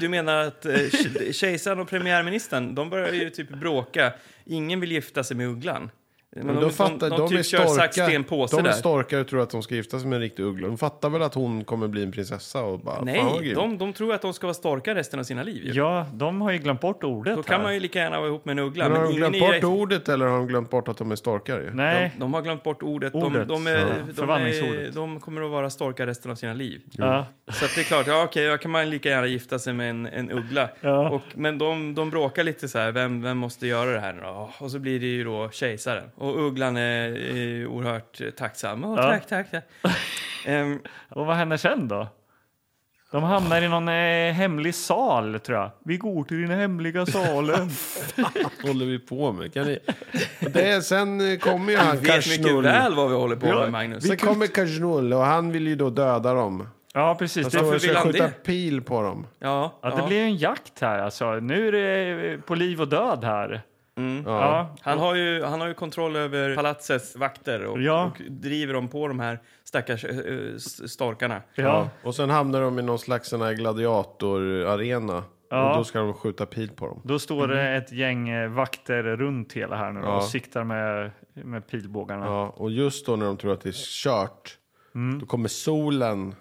Du menar att eh, ke- kejsaren och premiärministern, de börjar ju typ bråka. Ingen vill gifta sig med ugglan. Men Men de, de, fattar, de, de typ är kör sax, storkar, sten, påse de är där. storkar och tror att de ska gifta sig med en riktig uggla. De fattar väl att hon kommer bli en prinsessa och bara, fan vad Nej, grymt. de, de tror att de ska vara storkar resten av sina liv. Ju. ja, de har ju glömt bort ordet. Då kan här. man ju lika gärna vara ihop med en uggla. Men har de ingen glömt är- bort ordet eller har de glömt bort att de är storkar? Ju? Nej, De, de har glömt bort ordet. De, Ordet, de, är, ja. de, är, Förvandlingsordet. de kommer att vara storkar resten av sina liv. ja. Så att det är klart, ja, okej, då kan man lika gärna gifta sig med en, en uggla. Ja. Och, men de, de bråkar lite så här, vem, vem måste göra det här nu då? Och så blir det ju då kejsaren. Och ugglan är, är oerhört eh, tacksam. Åh, Ja. Tack, tack, tack. Ehm, Och vad händer sen då? De hamnar i någon eh, hemlig sal, tror jag. Vi går till den hemliga salen. håller vi på med? Kan ni... det är, sen eh, kommer ju han vet mycket Kashnull. väl vad vi håller på med, Magnus. Sen kommer Kashnull och han vill ju då döda dem. ja, precis. Det, Så Varför han vill ska han skjuta det? pil på dem. Ja, ja, ja. det blir ju en jakt här. Alltså. Nu är det eh, på liv och död här. Ja. Han, har ju, han har ju kontroll över palatsets vakter och, Ja. och driver dem på de här stackars eh, eh, s- storkarna. Ja. Ja. Och sen hamnar de i någon slags sån här gladiatorarena. Ja. Och då ska de skjuta pil på dem. Då står det ett gäng eh, vakter runt hela här nu då, Ja. och siktar med, med pilbågarna. Ja, och just då när de tror att det är kört, Mm. då kommer solen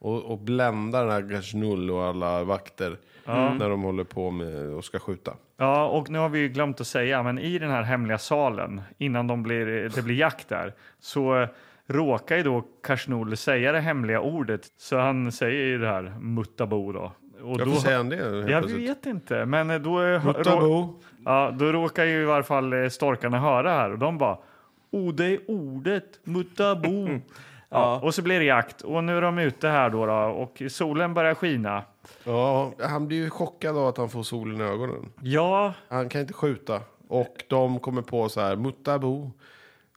och, och bländar den här Gashnull och alla vakter när de håller på med och ska skjuta. Ja, och nu har vi ju glömt att säga, men i den här hemliga salen, innan de blir, eh, det blir jakt där, så eh, råkar ju då Karsnol säga det hemliga ordet. Så han säger ju det här muttabo då. Och Varför då säger han det? helt jag plötsligt? vet inte, men eh, då, eh, rå, Muttabo. ja, då råkar ju i varje fall eh, storkarna höra här och de bara O, det är ordet muttabo. ja. Och så blir det jakt och nu är de ute här då, då och solen börjar skina. Ja, han blir ju chockad av att han får solen i ögonen. Ja, Han kan inte skjuta. Och de kommer på så här, muttabo.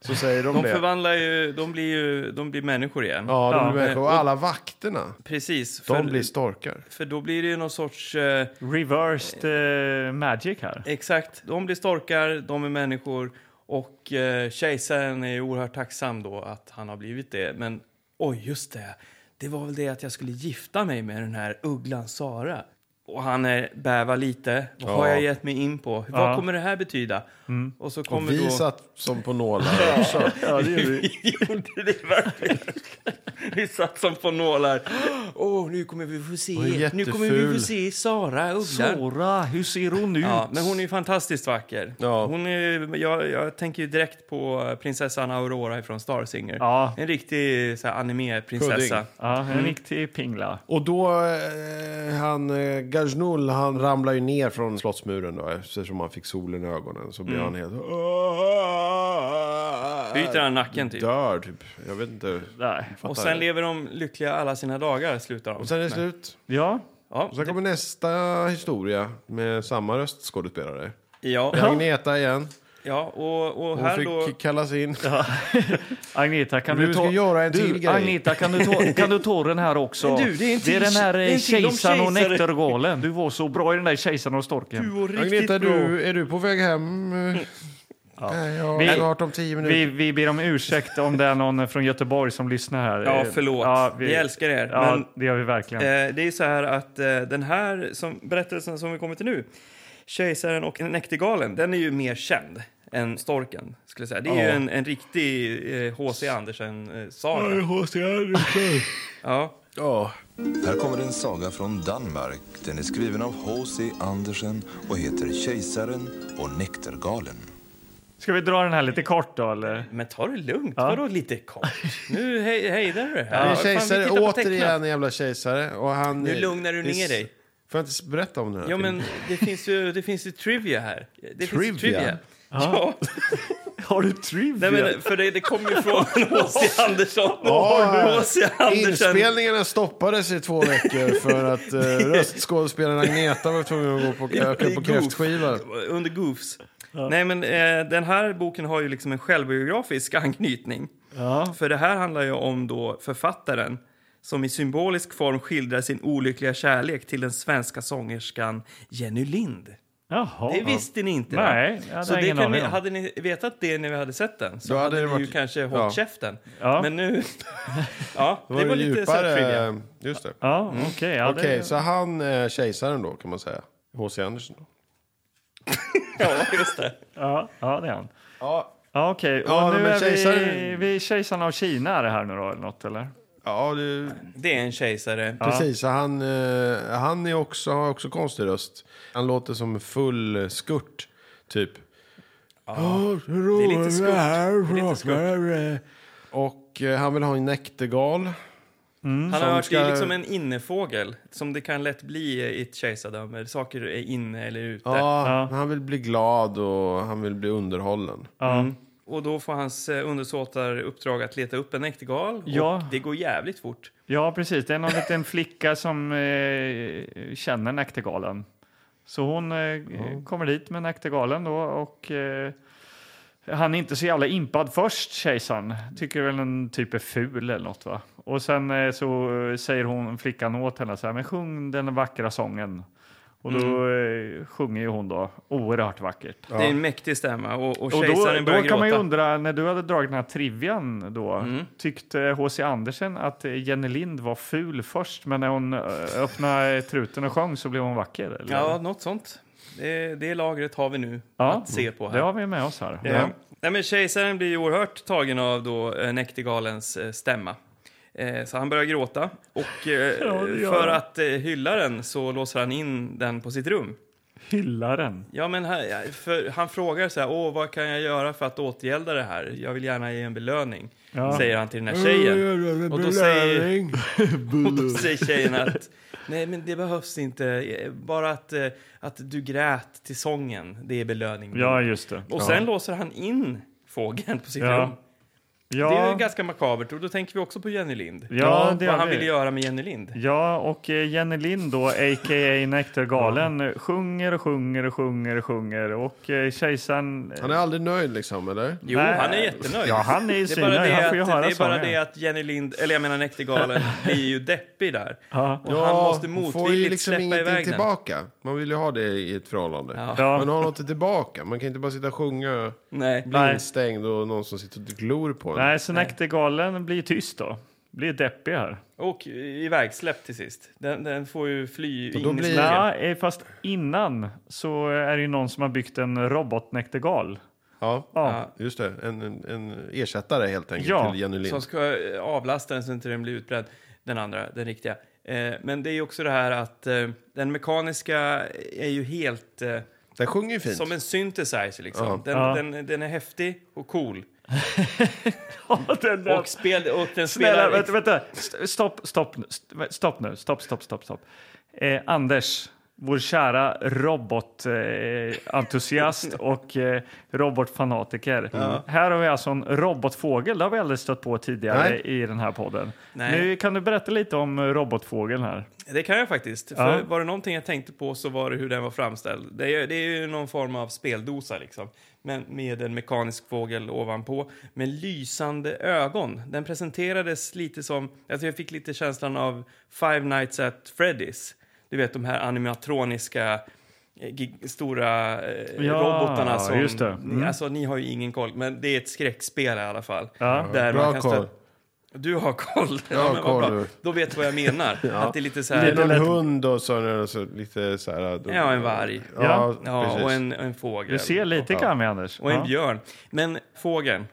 Så säger de, De det. förvandlar ju, de blir ju, de blir människor igen. Ja, de Ja, blir människor. Och alla vakterna, Precis, de för, blir storkar. för då blir det ju någon sorts... Eh, reversed eh, magic här. exakt, de blir storkar, de är människor och eh, kejsaren är ju oerhört tacksam då att han har blivit det. Men oj, just det, det var väl det att jag skulle gifta mig med den här ugglan Sara. Och han är, bävar lite. Vad har jag gett mig in på? Vad Ja. kommer det här betyda? Och så kommer Mm. Och då... vi satt som på nålar också. Vi gjorde det verkligen. Vi satt som på nålar. Åh, nu kommer vi få Hon är se, nu kommer vi jätteful. få se Sara Ugglan. Sora, hur ser hon ut? Ja, men hon är ju fantastiskt vacker. Ja. Hon är, ju- jag, jag tänker ju direkt på prinsessan Aurora från Star Singer. Ja. En riktig så här, anime-prinsessa. Pudding. Ja, en riktig pingla. Och då, eh, han, eh, Gajnul, han ramlar ju ner från slottsmuren då eftersom han fick solen i ögonen. Så blir han helt... Mm. Byter han nacken typ. Dör typ. Jag vet inte. Där. Och Fattar. sen lever de lyckliga alla sina dagar, slutar de. Och sen är det med. slut. Ja, Ja, Och sen kommer nästa historia med samma röstskådespelare. ja, Agneta igen. ja och, och Hon här fick då... kallas in. Agneta kan du, Du ta... ska göra en du, till grej. Agneta, kan du, ta... kan du ta den här också? Men du, det är en till- den här det är eh, en till om kejsaren och kejsare. näktergalen. Du var så bra i den där kejsaren och storken. Du var riktigt Agneta, bra. Mm. du, är du på väg hem? Nej, jag Vi- har klart om tio minuter. Vi, vi ber om ursäkt om det är någon från Göteborg som lyssnar här. Ja, Eh, förlåt. vi... älskar er. Ja, men det gör vi verkligen. Eh, det är så här att eh, den här som, berättelsen som vi kommer till nu, Kejsaren och Näktergalen, den är ju mer känd än Storken. skulle jag säga. Det är ju en, en riktig eh, H.C. Andersen-saga. eh, ja. Ja. Här kommer en saga från Danmark. Den är skriven av H.C. Andersen och heter Kejsaren och Näktergalen. Ska vi dra den här lite kort då, eller? Men ta det lugnt. Vadå lite kort? Nu hej, hejdar du det här. Det är Fan, vi kejsare, tittar på återigen tecknat. en jävla kejsare. Och han, Nu lugnar du det är ner s- dig. Får jag inte s- berätta om den här Ja, filmen? men det finns ju, det finns ju trivia här. Det Finns ju Trivia? trivia. Ja. Har du trivia? Nej, men, för det, det kommer ju från H.C. Andersson. Ja, H.C. Andersen. Inspelningarna stoppades i två veckor för att eh, röstskådespelaren Agneta var tvungen att gå på, öka på Goof. kräftskiva. Under Goofs. Nej, men eh, den här boken har ju liksom en självbiografisk anknytning. Ja. För det här handlar ju om då författaren som i symbolisk form skildrar sin olyckliga kärlek till den svenska sångerskan Jenny Lind. Jaha. Det visste ni inte. va? Nej, jag hade så det ingen kan ni, aning om. hade ni vetat det när vi hade sett den så Då hade, hade det ni ju varit- kanske hållit ja. käften. Ja. Men nu... ja, det ju var lite djupare. Just det. Ja, Mm. okej. ja, det- Okej, så han är kejsaren då kan man säga. H.C. Andersen då. Ja, just det. ja, ja, det är han. Ja, Ja, okej. Ja, och nu men är vi, kejsaren- vi kejsaren av Kina är det här nu då, eller något, eller? ja det, Det är en kejsare. Mm. precis. Så Han, eh, han är också, har också konstig röst. Han låter som en full skurt, typ. Ja, det är lite skurt. Det är lite Och eh, han vill ha en nektergal. Han har Som varit ska- liksom en innefågel, som det kan lätt bli i ett kejsardöme. Saker är inne eller ute. Ja, Han vill bli glad och han vill bli underhållen. Mm. Och då får hans eh, undersåtar uppdrag att leta upp en äktergal. Och Ja. det går jävligt fort. Ja, precis. Det är någon liten flicka som eh, känner Näktergalen. Så hon eh, kommer dit med Näktergalen då och eh, han är inte så jävla impad först, kejsaren. Tycker väl en typ är ful eller något va. Och sen eh, så eh, säger hon, flickan åt henne så här, men sjung den vackra sången. Och då eh, sjunger ju hon då oerhört vackert. Det är en mäktig stämma och, och Och då, kejsaren då börjar kan man ju gråta. Mm. undra, när du hade dragit den här trivian då, tyckte H.C. Andersen att Jenny Lind var ful först, men när hon eh, öppnade truten och sjöng så blev hon vacker? Eller? Ja, något sånt. Det, det lagret har vi nu Ja, att se på här. det har vi med oss här. Eh, Nej, men kejsaren blir ju oerhört tagen av då eh, Näktergalens eh, stämma. Eh, Så han börjar gråta och eh, för att eh, hylla den så låser han in den på sitt rum. Hylla den. Ja, men han, ja, för han frågar så här, Åh, vad kan jag göra för att återgälda det här? Jag vill gärna ge en belöning, säger han till den här Mm. tjejen. Och då säger, och då säger tjejen att nej, men det behövs inte. Eh, Bara att, eh, att du grät till sången, det är belöning. Ja, just det. Och sen låser han in fågeln på sitt Ja. rum. Ja, Det är ju ganska makabert och då tänker vi också på Jenny Lind. Ja, det gör vad han vi. ville göra med Jenny Lind. ja, och eh, Jenny Lind då, a.k.a. Näktergalen, sjunger och sjunger och sjunger och sjunger och eh, kejsaren... Han är aldrig nöjd liksom, eller? Jo, Nej. han är jättenöjd. Ja, han är ju det är bara, svinnöjd. det Han att, får det ju höra är bara sången. det att Jenny Lind, eller jag menar Näktergalen, blir ju deppig där. Ja. Och han måste man får ju motvilligt liksom släppa ingenting iväg den. tillbaka. Man vill ju ha det i ett förhållande. Ja. Man har något tillbaka. Man kan inte bara sitta och sjunga Nej. bli Nej. instängd och någon som sitter och glor på en. Nej, så Näktergalen blir tyst då. Blir deppig här. Och ivägsläppt till sist. Den, den får ju fly in då i blir- skogen. Ja, eh, fast innan så är det ju någon som har byggt en robotnäktergal. Ja, Ja. just det. En, en, en ersättare helt enkelt Ja, till Jenny Som Lind. ska eh, avlasta den så inte den blir utbredd. Den andra, den riktiga. Eh, men det är ju också det här att eh, den mekaniska är ju helt... Eh, Den sjunger ju fint. Som en synthesizer liksom. Ja. Den, Ja. Den, den är häftig och cool. den Och, spel, och den Snälla, spelar... vänta, vänta. St- Stopp, stopp, nu. St- stopp nu. Stopp, stopp, stopp, stopp. Eh, Anders, vår kära robotentusiast eh, entusiast och eh, robotfanatiker. Här har vi alltså en robotfågel. Det har vi aldrig stött på tidigare Nej. i den här podden. Nej. Nu kan du berätta lite om eh, robotfågeln här. Det kan jag faktiskt. För var det någonting jag tänkte på så var det hur den var framställd. Det är, det är ju någon form av speldosa liksom. Men med en mekanisk fågel ovanpå med lysande ögon. Den presenterades lite som... Alltså jag fick lite känslan av Five Nights at Freddy's. Du vet de här animatroniska eh, gig, stora eh, Ja, robotarna som... just det. Mm. Alltså ni har ju ingen koll, men det är ett skräckspel i alla fall. Ja. Där Bra man kan koll. stöt- Du har koll. Jag har koll. Då vet du vad jag menar. Att det är lite så här... det är någon hund och så, så lite så här... då- Ja, en varg. Ja, Ja. Ja, precis. och en, en fågel. Du ser lite kan vi, Anders. Och en ja. björn. Men fågeln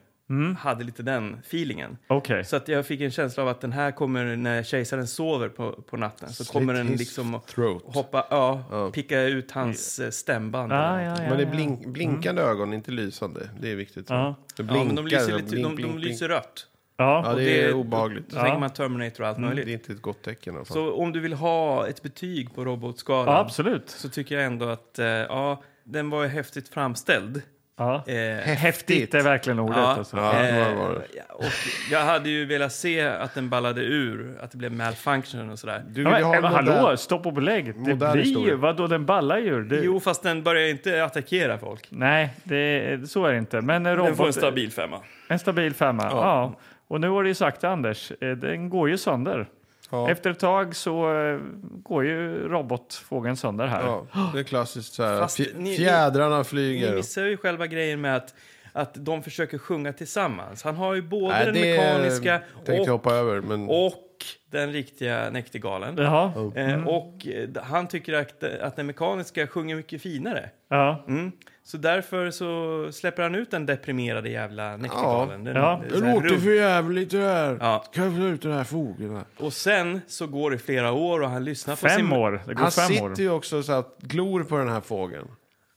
hade lite den feelingen. Okej. Så att jag fick en känsla av att den här kommer när kejsaren sover på, på natten. Så Slit kommer den his liksom och throat. hoppa, ja, picka ut hans eh, stämband. eller Ja, någonting. ja, ja, Men det är ja. blink, blinkande ögon, inte lysande. Det är viktigt. Mm. Ja. Det blinkar, ja, men de lyser, lite, blink, de, blink, de blink. lyser rött. Ja. Ja, Och det är obehagligt. Då tänker Ja. man Terminator och allt Det möjligt. är inte ett gott tecken i alla fall. Så om du vill ha ett betyg på robotskalan ja, absolut. så tycker jag ändå att eh, ja, den var ju häftigt framställd. Ja. Eh, Häftigt är verkligen ordet. Ja, Alltså. Ja, det var- eh, var det. ja, och jag hade ju velat se att den ballade ur, att det blev malfunction och sådär. Du Ja, vill men, ju ha en men, hallå, modern- stopp och belägg. Det modern blir ju, historia. vadå, den ballar ju. Det, Jo, fast den börjar ju inte attackera folk. Nej, det, så är det inte. Men en Den får en robot, en, stabil femma. stabil femma. Ja. Och nu har du ju sagt det, Anders, eh, den går ju sönder. Ja. Efter ett tag så eh, går ju robotfågeln sönder här. Ja, det är klassiskt så här. Fast Fj- ni- ni- fjädrarna Ni flyger. missar ju själva grejen med att, att de försöker sjunga tillsammans. Han har ju både Nej, den det mekaniska tänkte jag och, hoppa över. Men och den riktiga näktergalen. Jaha. Mm. Eh, och eh, han tycker att, att den mekaniska sjunger mycket finare. Ja. Mm. Så därför så släpper han ut den deprimerade jävla näktergalen. Den- Ja. den- den- för jävligt det här. Ja. Kan jag få ut den här fågeln? här? Och sen så går det flera år och han lyssnar på sin... Fem år. Det går Han fem år. sitter ju också så här, och glor på den här fågeln.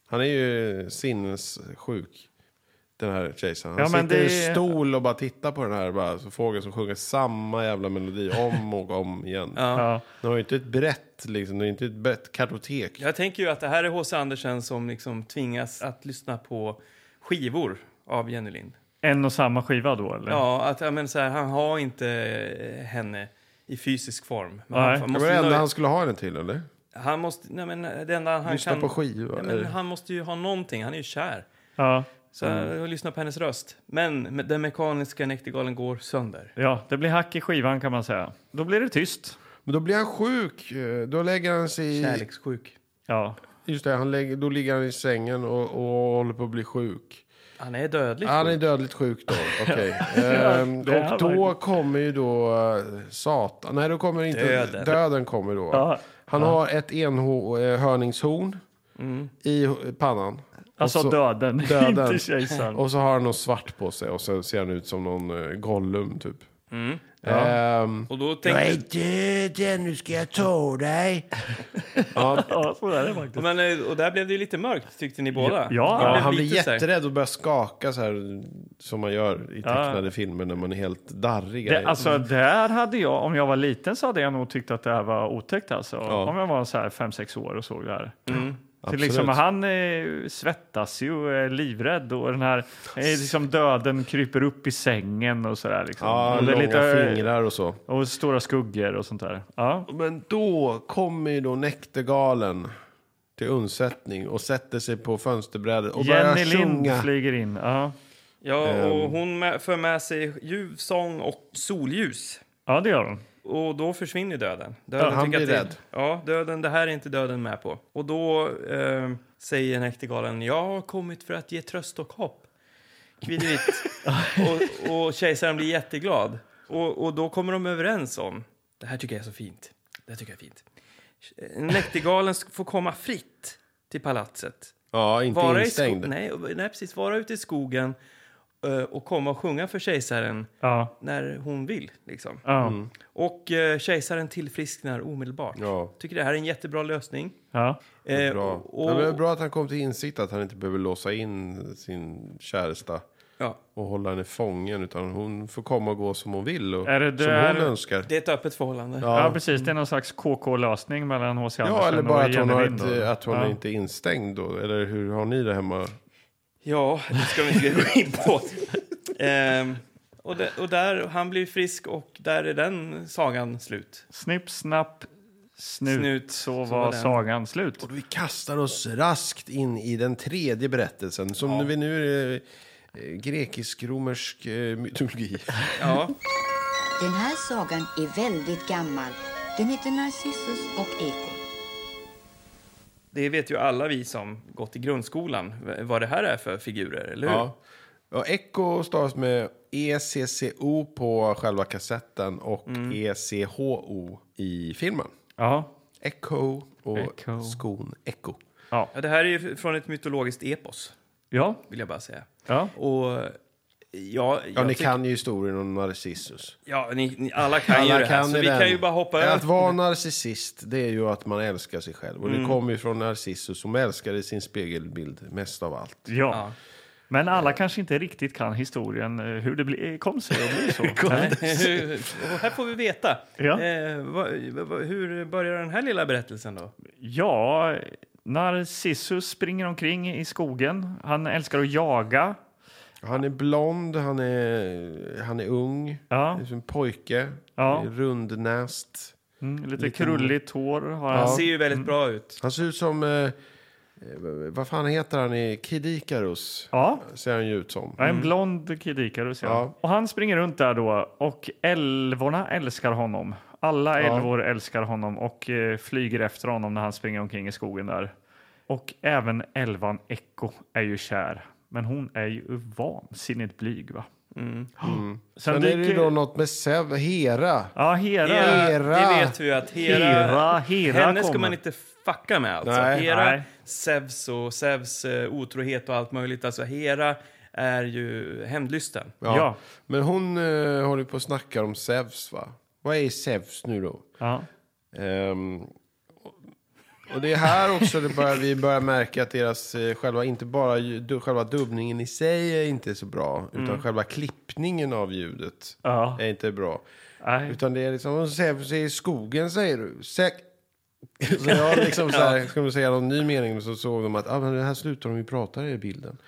Han är ju sinnessjuk. Den här kejsaren. Han Ja, men sitter i det- en stol och bara tittar på den här bara, så fågeln som sjunger samma jävla melodi om och om igen. Ja. Den har ju inte ett brett, liksom. Det är inte ett brett kartotek. Jag tänker ju att det här är H.C. Andersen som liksom tvingas att lyssna på skivor av Jenny Mm. Lind. En och samma skiva då eller? Ja, att ja, men så här, han har inte eh, henne i fysisk form. Men Nej. han, Det måste var det enda nöja- han skulle ha den till, eller? han måste... Nej, men det enda han Lyssna kan... på skivor. Ja, men han måste ju ha någonting. Han är ju kär. Ja. Så Mm. jag lyssnar på hennes röst. Men me- den mekaniska näktergalen går sönder. ja, det blir hack i skivan kan man säga. Då blir det tyst. Men då blir han sjuk. eh, Då lägger han sig i... Kärlekssjuk. Ja. Just det, han lägger, då ligger han i sängen och, och håller på att bli sjuk. Han är dödlig. Han är dödligt sjuk då, okej. Ehm, det är och då kommer ju då eh, Satan, nej då kommer inte, Döden. döden, kommer då. Ja. Han har ett enhörningshorn i h- pannan. Alltså Och så- döden, döden. inte kejsaren. Och så har han något svart på sig och så ser han ut som någon eh, Gollum typ. Mm. Ehm, Och då tänker... döden, nu ska jag ta dig. ja, Ja, så är det faktiskt. Men, eh, och där blev det ju lite mörkt, tyckte ni båda. Ja. Det Ja, blev han blir lite så här- jätterädd och börjar skaka så här som man gör i tecknade filmer när man är helt darrig. Det, alltså där hade jag, om jag var liten så hade jag nog tyckt att det här var otäckt alltså. Om jag var så här 5-6 år och såg det här. Till Mm. Absolut. liksom, han eh, svettas ju och är livrädd och den här eh, liksom döden kryper upp i sängen och sådär. Liksom. ja, och det är långa lite, eh, fingrar och så. Och stora skuggor och sånt där. Ja, Men då kommer ju då näktergalen till undsättning och sätter sig på fönsterbrädet och Jenny börjar Lind sjunga. flyger in. Ja. Ja, Ehm. och hon med, för med sig ljuv sång och solljus. ja, det gör hon. Och då försvinner döden. döden han tycker att blir det- rädd. Ja, döden, det här är inte döden med på. Och då eh, säger näktergalen, jag har kommit för att ge tröst och hopp. Kvidivitt. och, och kejsaren blir jätteglad. Och, och då kommer de överens om, det här tycker jag är så fint. Det här tycker jag är fint. Näktergalen sk- får komma fritt till palatset. Ja, inte Vara, i sko- instängd. nej, nej, precis, vara ute i skogen eh, och komma och sjunga för kejsaren Ja, när hon vill. Liksom. ja, Mm. Och eh, kejsaren tillfrisknar omedelbart. Ja, Tycker det här är en jättebra lösning. ja. det är Eh, bra. och- Ja, men det är bra att han kom till insikt att han inte behöver låsa in sin käresta Ja, och hålla henne fången utan hon får komma och gå som hon vill och Är det som där- hon önskar. det är ett öppet förhållande. Ja, precis. Det är någon slags KK-lösning mellan H.C. Andersen Ja, eller bara och att hon, Jenny har Lind ett, då. eh, att hon ja. är inte är instängd då. Eller hur har ni det hemma? Ja, det ska vi inte gå in på. Ehm, och, det, och där, han blir frisk och där är den sagan slut. Snipp, snapp, snut, Snut, så var, så var den. sagan slut. Och vi kastar oss raskt in i den tredje berättelsen som vi nu är eh, grekisk-romersk eh, mytologi. Ja, Den här sagan är väldigt gammal. Den heter Narcissus och Ekot. det vet ju alla vi som gått i grundskolan v- vad det här är för figurer, eller hur? ja. ja, Echo stavas med E ECCO på själva kassetten och Mm. E ECHO i filmen. Ja, Echo och Echo. skon Echo. Ja, det här är ju från ett mytologiskt epos, ja, vill jag bara säga. ja. Och ja, Ja, jag ni tycker- kan ju historien om Narcissus. Ja, ni, ni, alla kan ju det här, så vi den. kan ju bara hoppa över. Mm. Att vara narcissist, det är ju att man älskar sig själv. Och det kommer ju från Narcissus som älskade sin spegelbild mest av allt. Ja. Men alla kanske inte riktigt kan historien eh, hur det bli, kom sig att bli så. Nej. Nej, och här får vi veta. Ja. Eh, vad- vad- hur börjar den här lilla berättelsen då? Ja, Narcissus springer omkring i skogen. Han älskar att jaga. Han är blond, han är, han är ung, Ja, är som en pojke, Ja. rundnäst. mm, lite krulligt hår har Han han. ser ju väldigt bra ut. Han ser ut som... Eh, eh, vad fan heter han i Kid Icarus? Ja, Ser han ju ut som. Ja, en blond kidikare ser jag. Ja. Och han springer runt där då och älvorna älskar honom. Alla Ja. älvor älskar honom och eh, flyger efter honom när han springer omkring i skogen där. Och även älvan Echo är ju kär. Men hon är ju vansinnigt blyg va? Sen Sen är det ju dyker- då något med Sev, Hera. Mm. Ja, Hera. Hera, Hera. Eh, Det vet vi ju att Hera, Hera, Hera henne ska kommer. man inte fucka med alltså. Nej. Hera, Nej. Zeus och Zeus eh, otrohet och allt möjligt. Alltså Hera är ju hämndlysten. Ja. Ja. Men hon eh, håller på och snackar om Zeus va? Vad är Zeus nu då? Ehm, och- och det är här också det börjar, vi börjar märka att deras eh, själva, inte bara ju- du, själva dubbningen i sig är inte så bra. Utan själva klippningen av ljudet Ja. är inte bra. Nej. Utan det är liksom, "Åh, Zeus är i skogen säger du. Säk så jag liksom så här, ska man säga någon ny mening så såg de att ah, men det här slutar de ju prata i bilden.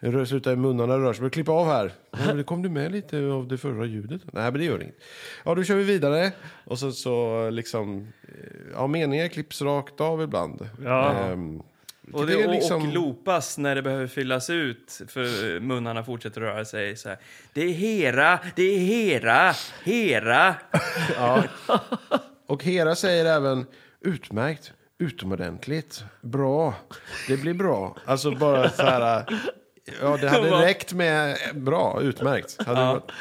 Det rör- Slutar i munnarna rör sig. Men klipp av här. Ja, men det kom du med lite av det förra ljudet? Nej, men det gör inget. Ja, då kör vi vidare. Och så, så liksom, eh, ja meningar klipps rakt av ibland. Ja. Ehm, Och, vilket det, är liksom- och, och loopas när det behöver fyllas ut för munnarna fortsätter röra sig så här. Det är Hera, det är Hera, Hera. Och Hera säger även utmärkt, utomordentligt, bra, det blir bra. Alltså bara så här, ja det hade räckt med bra, utmärkt. Hade det varit-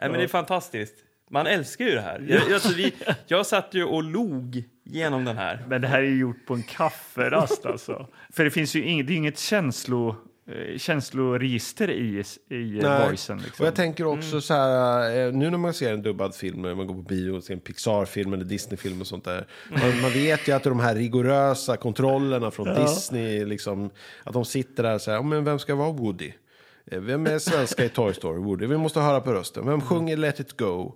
Nej, men det är fantastiskt. Man älskar ju det här. Jag, alltså, vi, jag satt ju och log genom den här. Men det här är ju gjort på en kafferast alltså. För det finns ju inget, det är ju inget känslo, eh, känsloregister i, i eh, Nej. voicen. Liksom. Och jag tänker också så här, eh, nu när man ser en dubbad film, eller man går på bio och ser en Pixar-film eller Disney-film och sånt där. Mm. Man, man vet ju att de här rigorösa kontrollerna från Disney, liksom, att de sitter där och säger, "Ja, men vem ska vara Woody? Eh, Vem är svenska i Toy Story? Woody. Vi måste höra på rösten. Mm. Vem sjunger Let it go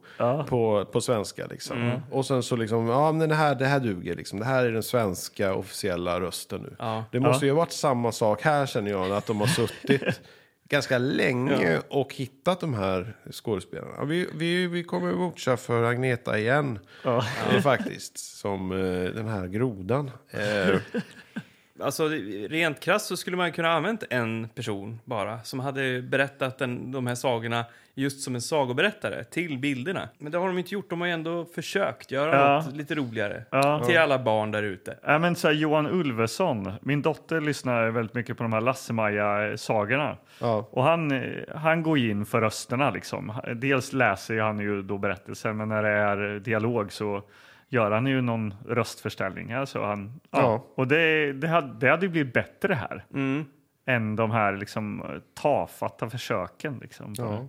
på, på svenska? Liksom. Mm. Och sen så liksom, ja men det här, det här duger liksom. Det här är den svenska officiella rösten nu. Det måste ju ha varit samma sak här känner jag, att de har suttit ganska länge och hittat de här skådespelarna. Ja, Vi, vi, vi kommer voucha för Agneta igen, Eh, faktiskt, som eh, den här grodan. Eh, Alltså, rent krasst så skulle man kunna ha använt en person bara som hade berättat den, de här sagorna just som en sagoberättare till bilderna. Men det har de inte gjort. De har ju ändå försökt göra Ja. något lite roligare Ja. till alla barn där ute. Ja, men så här, Johan Ulveson, min dotter lyssnar väldigt mycket på de här Lasse-Maja-sagorna. ja. Och han, eh, han går ju in för rösterna. Liksom. Dels läser ju han ju då berättelser, men när det är dialog så gör han ju någon röstförställning. Alltså han, ja. Ja. Mm. Och det, det, hade, det hade ju blivit bättre här än de här liksom, tafatta försöken. Liksom, Ja.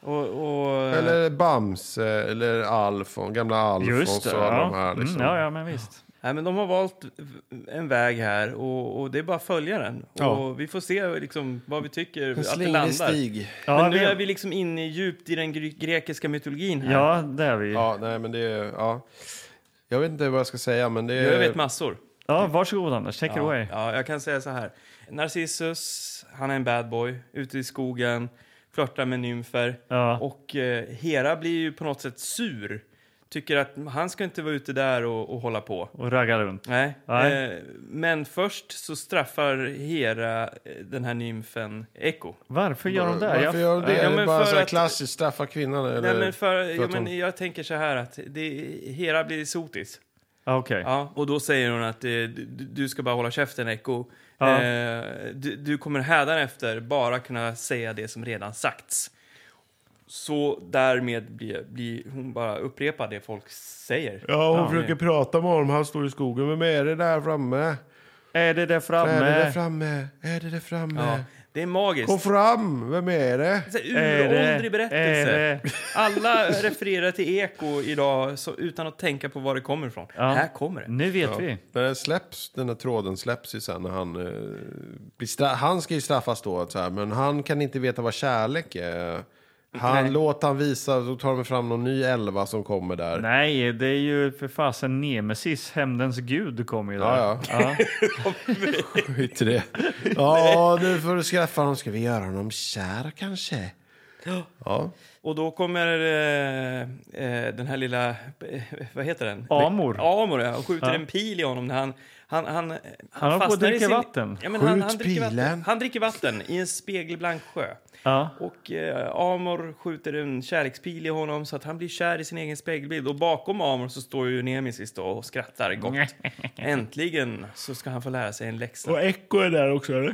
Och, och, Eller Bams, eh, eller Alfon, gamla Alfons och alla ja. de här. Liksom. Mm, ja, ja, men visst. Nej, men de har valt en väg här och, och det är bara att följa den. Ja. Och vi får se liksom, vad vi tycker En att det slingrig landar. stig. Ja, men nu det- är vi liksom inne djupt i den gre- grekiska mytologin här. Ja, det är vi. Ja. Ja, nej men det är, ja. Jag vet inte vad jag ska säga, men det är... Jag vet massor. varsågod Anders, take it away. Ja, jag kan säga så här. Narcissus, han är en bad boy, ute i skogen, flörtar med nymfer. Ja. Och eh, Hera blir ju på något sätt sur. Tycker att han ska inte vara ute där och, och hålla på. Och ragga runt. Nej. Nej. Eh, men först så straffar Hera eh, den här nymfen Eh, Echo. Varför gör de det? Varför gör de det? Ja, är det men bara för så här att- klassiskt, straffa kvinnan? Eller? Nej, men för, att ja, men hon- Jag tänker så här att det, Hera blir sotis. Ja, Ah, Okej. Ja, och då säger hon att eh, du, du ska bara hålla käften, Echo. Ja. Eh, du, du kommer hädanefter bara kunna säga det som redan sagts. Så därmed blir, blir hon bara upprepar det folk säger. Ja, hon Ja. försöker prata med honom, han står i skogen. Vem är det där framme? Är det där framme? Är det där framme? Är det där framme? Ja, det är magiskt. Kom fram! Vem är det? Så här Är det- Uråldrig berättelse. är det- Alla refererar till Eko idag så, utan att tänka på var det kommer ifrån. Här kommer det. Nu vet vi. När den släpps, den här tråden släpps ju sen när han... eh, blir stra- han ska ju straffas då, att så här, men han kan inte veta vad kärlek är. Han, Låt han visa, då tar de fram någon ny elva som kommer där. Nej, det är ju för fasen Nemesis, hämndens gud, kommer ju där. Ja, ja. Skit i det. Ja, nu får du skaffa honom. Ska vi göra honom kär kanske? Ja. Och då kommer eh, eh, den här lilla... eh, Vad heter den? Amor. Amor, ja. Och skjuter Ja. en pil i honom när han... Han, han, han, håller på att fastnar i dricka vatten. Ja, men han, han Skjut dricker vatten. pilen. Han dricker vatten i en spegelblank sjö. Ja. Och eh, Amor skjuter en kärlekspil i honom så att han blir kär i sin egen spegelbild. Och bakom Amor så står ju Nemesis då och skrattar gott. Äntligen så ska han få lära sig en läxa. Och Echo är där också, eller?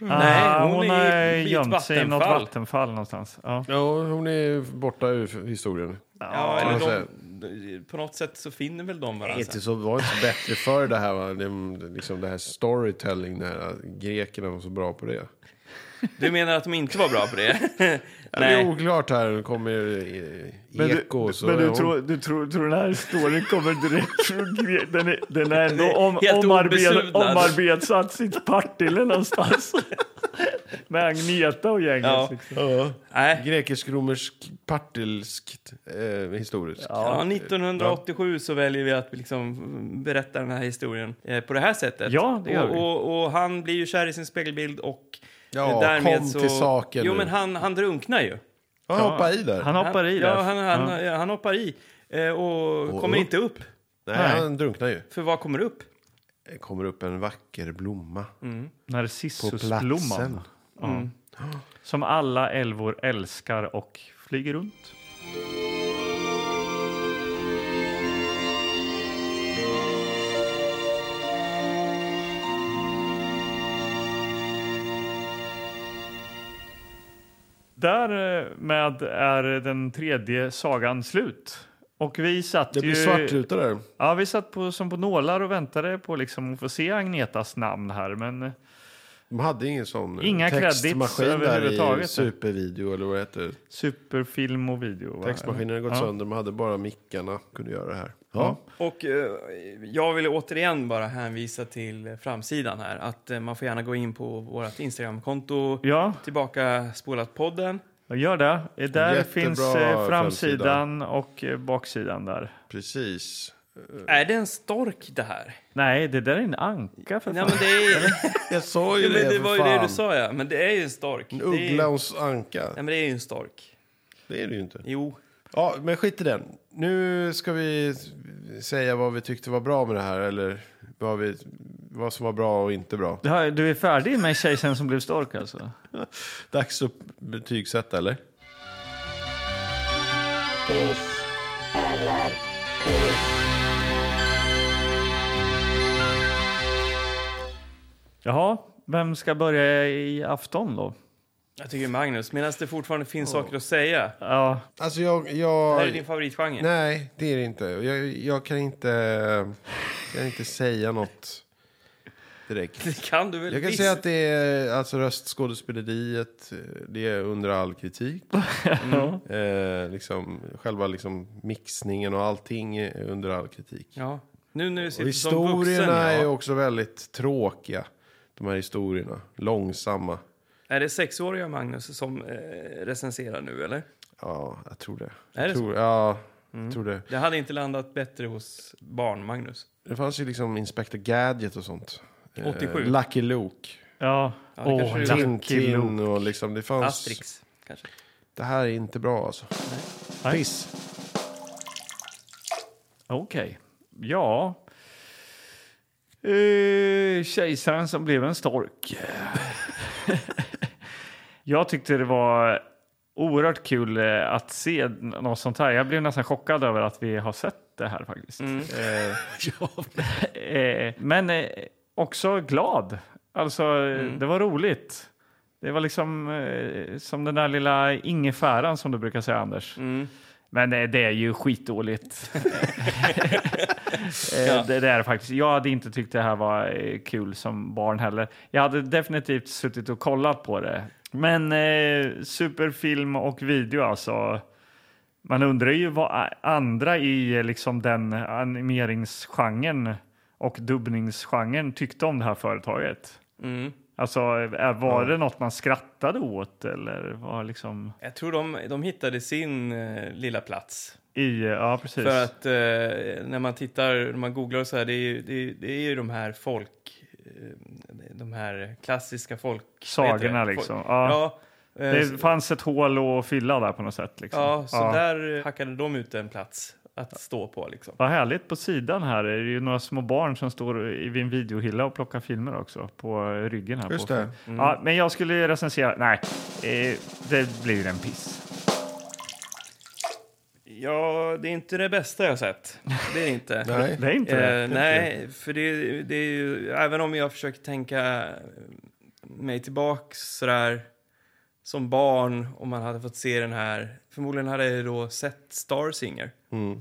Ah, Nej, hon hon är har i- i ett gömt sig i något vattenfall. vattenfall någonstans. Ja. Ja, hon är borta ur historien. Ja, eller jag de, de- på något sätt så finner väl de Alltså. varandra. Inte så, var inte så bättre för det här, va? Det, liksom det här storytelling, när grekerna var så bra på det. Du menar att de inte var bra på det? Det är Nej. oklart här, nu kommer eh, Men du, Eko. så men är du, hon- tror, du tror, tror den här storyn kommer direkt från Gre- Den är, den är ändå om, helt omarbet, obesudlad. omarbetad sitt Partille någonstans. Med Agneta och gänget. Ja. Liksom. Ja. Nej. Grekisk-romersk, partilskt eh, historiskt. Ja, 1987 så väljer vi att liksom berätta den här historien eh, på det här sättet. Ja, det gör och, vi. och, och han blir ju kär i sin spegelbild och Ja, eh, därmed kom så... till saken Jo, nu. men han, han drunknar ju. Ja, hoppa i där. Han hoppar i ja, där. Han, han, han hoppar i eh, och kommer upp. inte upp. Nej, Nej. han drunknar ju. För vad kommer upp? Det kommer upp en vacker blomma Mm. på platsen. Mm. Narcissusblomman. Som alla älvor älskar och flyger runt. Därmed eh, är den tredje sagan slut. Och vi satt Det blir ju... svartruta där. Ja, vi satt på, som på nålar och väntade på liksom, att få se Agnetas namn här. Men eh, De hade ingen sån eh, Inga credits textmaskin där i överhuvudtaget. supervideo eller vad det heter. superfilm och video. va? Textmaskinen hade gått Ja. sönder, de hade bara mickarna kunde göra det här. Ja. Och eh, jag vill återigen bara hänvisa till framsidan här. Att eh, man får gärna gå in på vårt Instagramkonto. Ja, Tillbaka spolat podden. gör det. Eh, Där Jättebra finns eh, framsidan framsida. och eh, baksidan där. Precis. Är det en stork det här? Nej, det där är en anka för Nej, fan. men det, är, Jag sa ju jo, det, men det för var ju fan. det du sa, ja. Men det är ju en stork. En Det är, uggla och en anka. Nej, men det är ju en stork. Det är det ju inte. Jo. Ja, men skit i den. Nu ska vi säga vad vi tyckte var bra med det här. Eller vad, vi, vad som var bra och inte bra. Du har- Du är färdig med Kejsaren som blev stork alltså? Dags att betygsätta, eller? Jaha, vem ska börja i afton då? Jag tycker Magnus, medan det fortfarande finns saker att säga. Det Ja, Alltså, jag... här jag är din favoritgenre. nej, det är det inte. Jag, jag kan inte... kan inte säga något direkt. Det kan du väl Jag kan visst? säga att det är alltså röstskådespeleriet, eh, det är under all kritik. Eh, liksom, själva liksom mixningen och allting är under all kritik. Ja. Nu när du Och sitter som vuxen. historierna är ju Ja. också väldigt tråkiga. De här historierna, långsamma. Är det sexåriga Magnus som eh, recenserar nu, eller? Ja, jag tror det. Är det Mm. jag tror, Ja, jag tror det. Det hade inte landat bättre hos barn, Magnus. Det fanns ju liksom Inspector Gadget och sånt. Eh, 87. Lucky Luke. ja. Ja, det Åh, kanske det är. Lucky Tintin Luke. och liksom det fanns... Asterix, kanske. Det här är inte bra alltså. Nej. Piss. Okej. Ja. Eh, kejsaren som blev en stork. jag tyckte det var oerhört kul eh, att se något sånt här. Jag blev nästan chockad över att vi har sett det här faktiskt. Eh, eh, men eh, också glad. Alltså, eh, det var roligt. Det var liksom eh, som den där lilla ingefäran som du brukar säga, Anders. Men eh, det är ju skitdåligt. Eh, Ja. det, det är det faktiskt. Jag hade inte tyckt det här var eh, kul som barn heller. Jag hade definitivt suttit och kollat på det. Men eh, superfilm och video alltså. Man undrar ju vad a- andra i eh, liksom den animeringsgenren och dubbningsgenren tyckte om det här företaget. Mm. Alltså, eh, var det något man skrattade åt eller var liksom Jag tror de, de hittade sin eh, lilla plats. i... eh, Ja, precis. För att eh, när man tittar, när man googlar och så här, det är ju, det är, det är ju de här folk, eh, de här klassiska folk... vad heter Sagorna det? liksom. Folk, Ja. ja. eh, Det fanns ett hål att fylla där på något sätt. Liksom. Ja, så där hackade de ut en plats att stå på. Liksom. Vad härligt, på sidan här är det ju några små barn som står i- vid en videohylla och plockar filmer också på eh, ryggen. här. Just på. det. Mm. Ja, men jag skulle recensera, nej, eh, det blir en piss. Ja, det är inte det bästa jag har sett. Det är det inte. Nej. Det är inte det. Eh, nej, för det, det är ju, även om jag försöker tänka mig tillbaks sådär som barn om man hade fått se den här. Förmodligen hade jag ju då sett Star Singer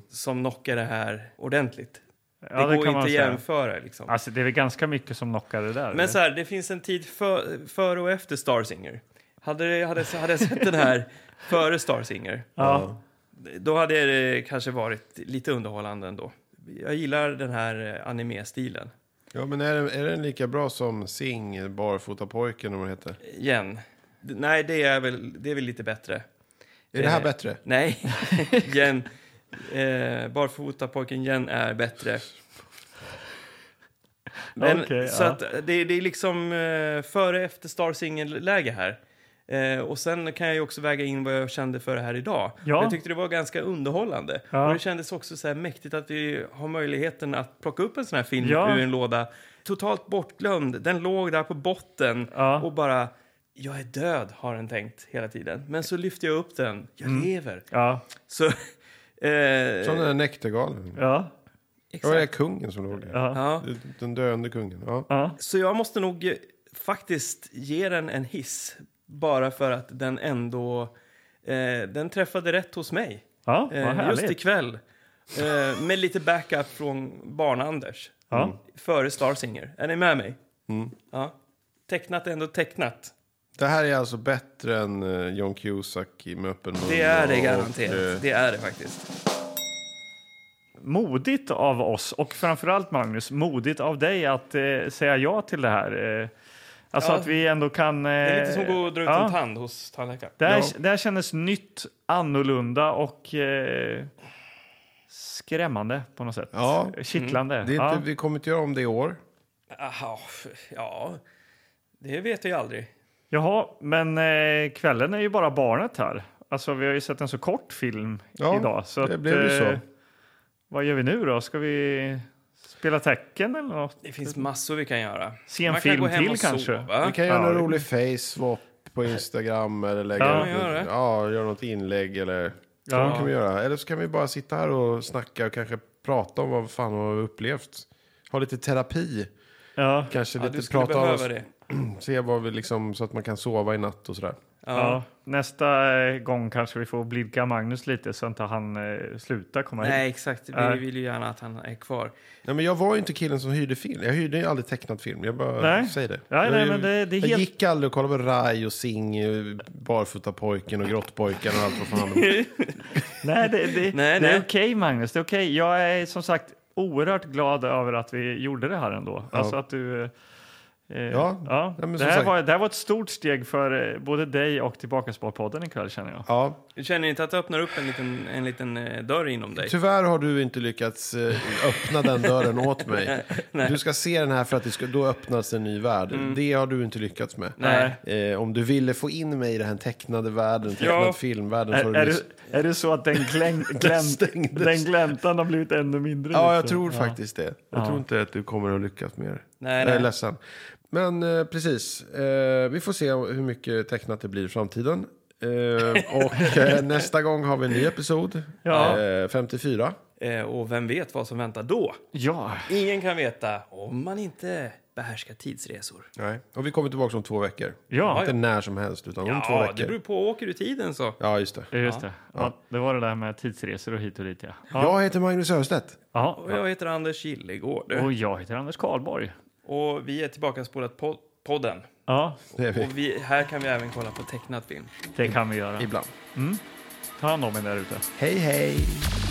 som knockar det här ordentligt. Ja, det, går kan man inte säga. jämföra liksom. Alltså, det är väl ganska mycket som knockar det där. eller? Men så här, det finns en tid för, före och efter Star Singer. Hade, det- hade, hade jag sett den här före Star Singer ja. då hade det kanske varit lite underhållande ändå. Jag gillar den här eh, anime-stilen. Ja, men är, den- är den lika bra som Sing, Barfotapojken, eller vad den heter? Igen. D- Nej, det är väl, det är väl lite bättre. Är det här Eh, bättre? Nej, Jen. Eh, Barfotapojken Jen är bättre. Men, Okej, så ja. att det, det är liksom eh, före efter Star Single-läge här. Eh, och sen kan jag ju också väga in vad jag kände för det här idag. Ja. Jag tyckte det var ganska underhållande. Ja. Och det kändes också så här mäktigt att vi har möjligheten att plocka upp en sån här film Ja. ur en låda. Totalt bortglömd. Den låg där på botten Ja. och bara... Jag är död, har den tänkt hela tiden. Men så lyfter jag upp den. Jag Mm. lever. ja, Så... Eh, Som den där näktergalen. ja, Ja, det är exakt. kungen som låg där. ja, Ja. Den döende kungen. Ja. ja. Så jag måste nog eh, faktiskt ge den en hiss. Bara för att den ändå... Eh, den träffade rätt hos mig. ja vad Eh, just härligt. ikväll. Eh, med lite backup från Barn-Anders. Ja. Mm. Före Star Singer. Är ni med mig? Ja. Tecknat är ändå tecknat. Det här är alltså bättre än eh, John Cusack i Med öppen mun. Det är det och, garanterat. eh, Det är det faktiskt. Modigt av oss och framförallt Magnus, modigt av dig att eh, säga ja till det här. Eh, alltså Ja. att vi ändå kan... Eh, Det är lite som att gå och dra ut ja. en tand hos tandläkaren. Det här, det här kändes nytt, annorlunda och eh, skrämmande på något sätt. Ja. Mm. Kittlande. Det är inte, Vi kommer inte göra om det i år. Aha, Ah, ja, det vet jag ju aldrig. Jaha, men eh, kvällen är ju bara barnet här. Alltså, vi har ju sett en så kort film Ja, idag. Så eh, det blev ju så. vad gör vi nu då? Ska vi spela tecken eller något? Det finns massor vi kan göra. Se en Man film kan gå hem till och kanske. Sova. Vi kan göra Ja, en det- rolig face-swap på Instagram eller Ja, lägga upp- gör det. ja, göra något inlägg eller så Ja. kan vi göra. Eller så kan vi bara sitta här och snacka och kanske prata om vad fan vi har upplevt. Ha lite terapi, Ja, kanske Ja, du lite skulle prata om behöva oss, det. se vad vi liksom, så att man kan sova i natt och sådär. ja. Nästa eh, gång kanske vi får blidka Magnus lite så inte han eh, slutar komma hit. Nej, exakt. Nej. Vi vill ju gärna att han är kvar. Nej men jag var ju inte killen som hyrde film, jag hyrde ju aldrig tecknad film, jag bara Nej. säger det. Nej, jag, nej, men det- det är jag helt- gick aldrig och kollade på Rai och Sing, eh, Barfotapojken och Grottpojken och allt vad fan det var. Nej, det, det, Nej, det nej. är okej, Magnus. Det är okej. Jag är som sagt oerhört glad över att vi gjorde det här ändå. Alltså att du... Eh, Ja, ja. nej, men det, som här sagt- var, det här var ett stort steg för eh, både dig och Tillbakaspar-podden ikväll känner jag. Ja, Du känner inte att det öppnar upp en liten, en liten eh, dörr inom dig? Tyvärr har du inte lyckats eh, öppna den dörren åt mig. Du ska se den här för att det ska, då öppnas en ny värld. Mm. Det har du inte lyckats med. Nej. Eh, om du ville få in mig i den här tecknade världen, tecknad Ja. filmvärlden, så Är, har du är, miss... det, är det så att den, gläng, glän, stängdes. den gläntan har blivit ännu mindre? Ja, jag liksom? tror faktiskt det. Jag tror inte att du kommer att lyckas mer. Nej, Jag är nej. ledsen. Men eh, precis, eh, vi får se hur mycket tecknat det blir i framtiden. Eh, och eh, nästa gång har vi en ny episod, Ja. eh, 54. Eh, och vem vet vad som väntar då? Ja. Ingen kan veta om man inte behärskar tidsresor. Nej. Och vi kommer tillbaka om två veckor. Ja. Inte när som helst, utan om två Ja, veckor. det beror på. Åker du tiden så. Ja, just det. ja, just det. Ja, det var det där med tidsresor och hit och dit. Ja. Ja. Jag heter Magnus Östedt. Ja. Och jag heter Anders Gillegård. Och jag heter Anders Karlborg. Och vi är tillbaka spolat pod podden. Ja, Det är vi. Och vi, här kan vi även kolla på tecknad film. det kan vi göra. Ibland. Ta hand om er där ute. Hej, hej.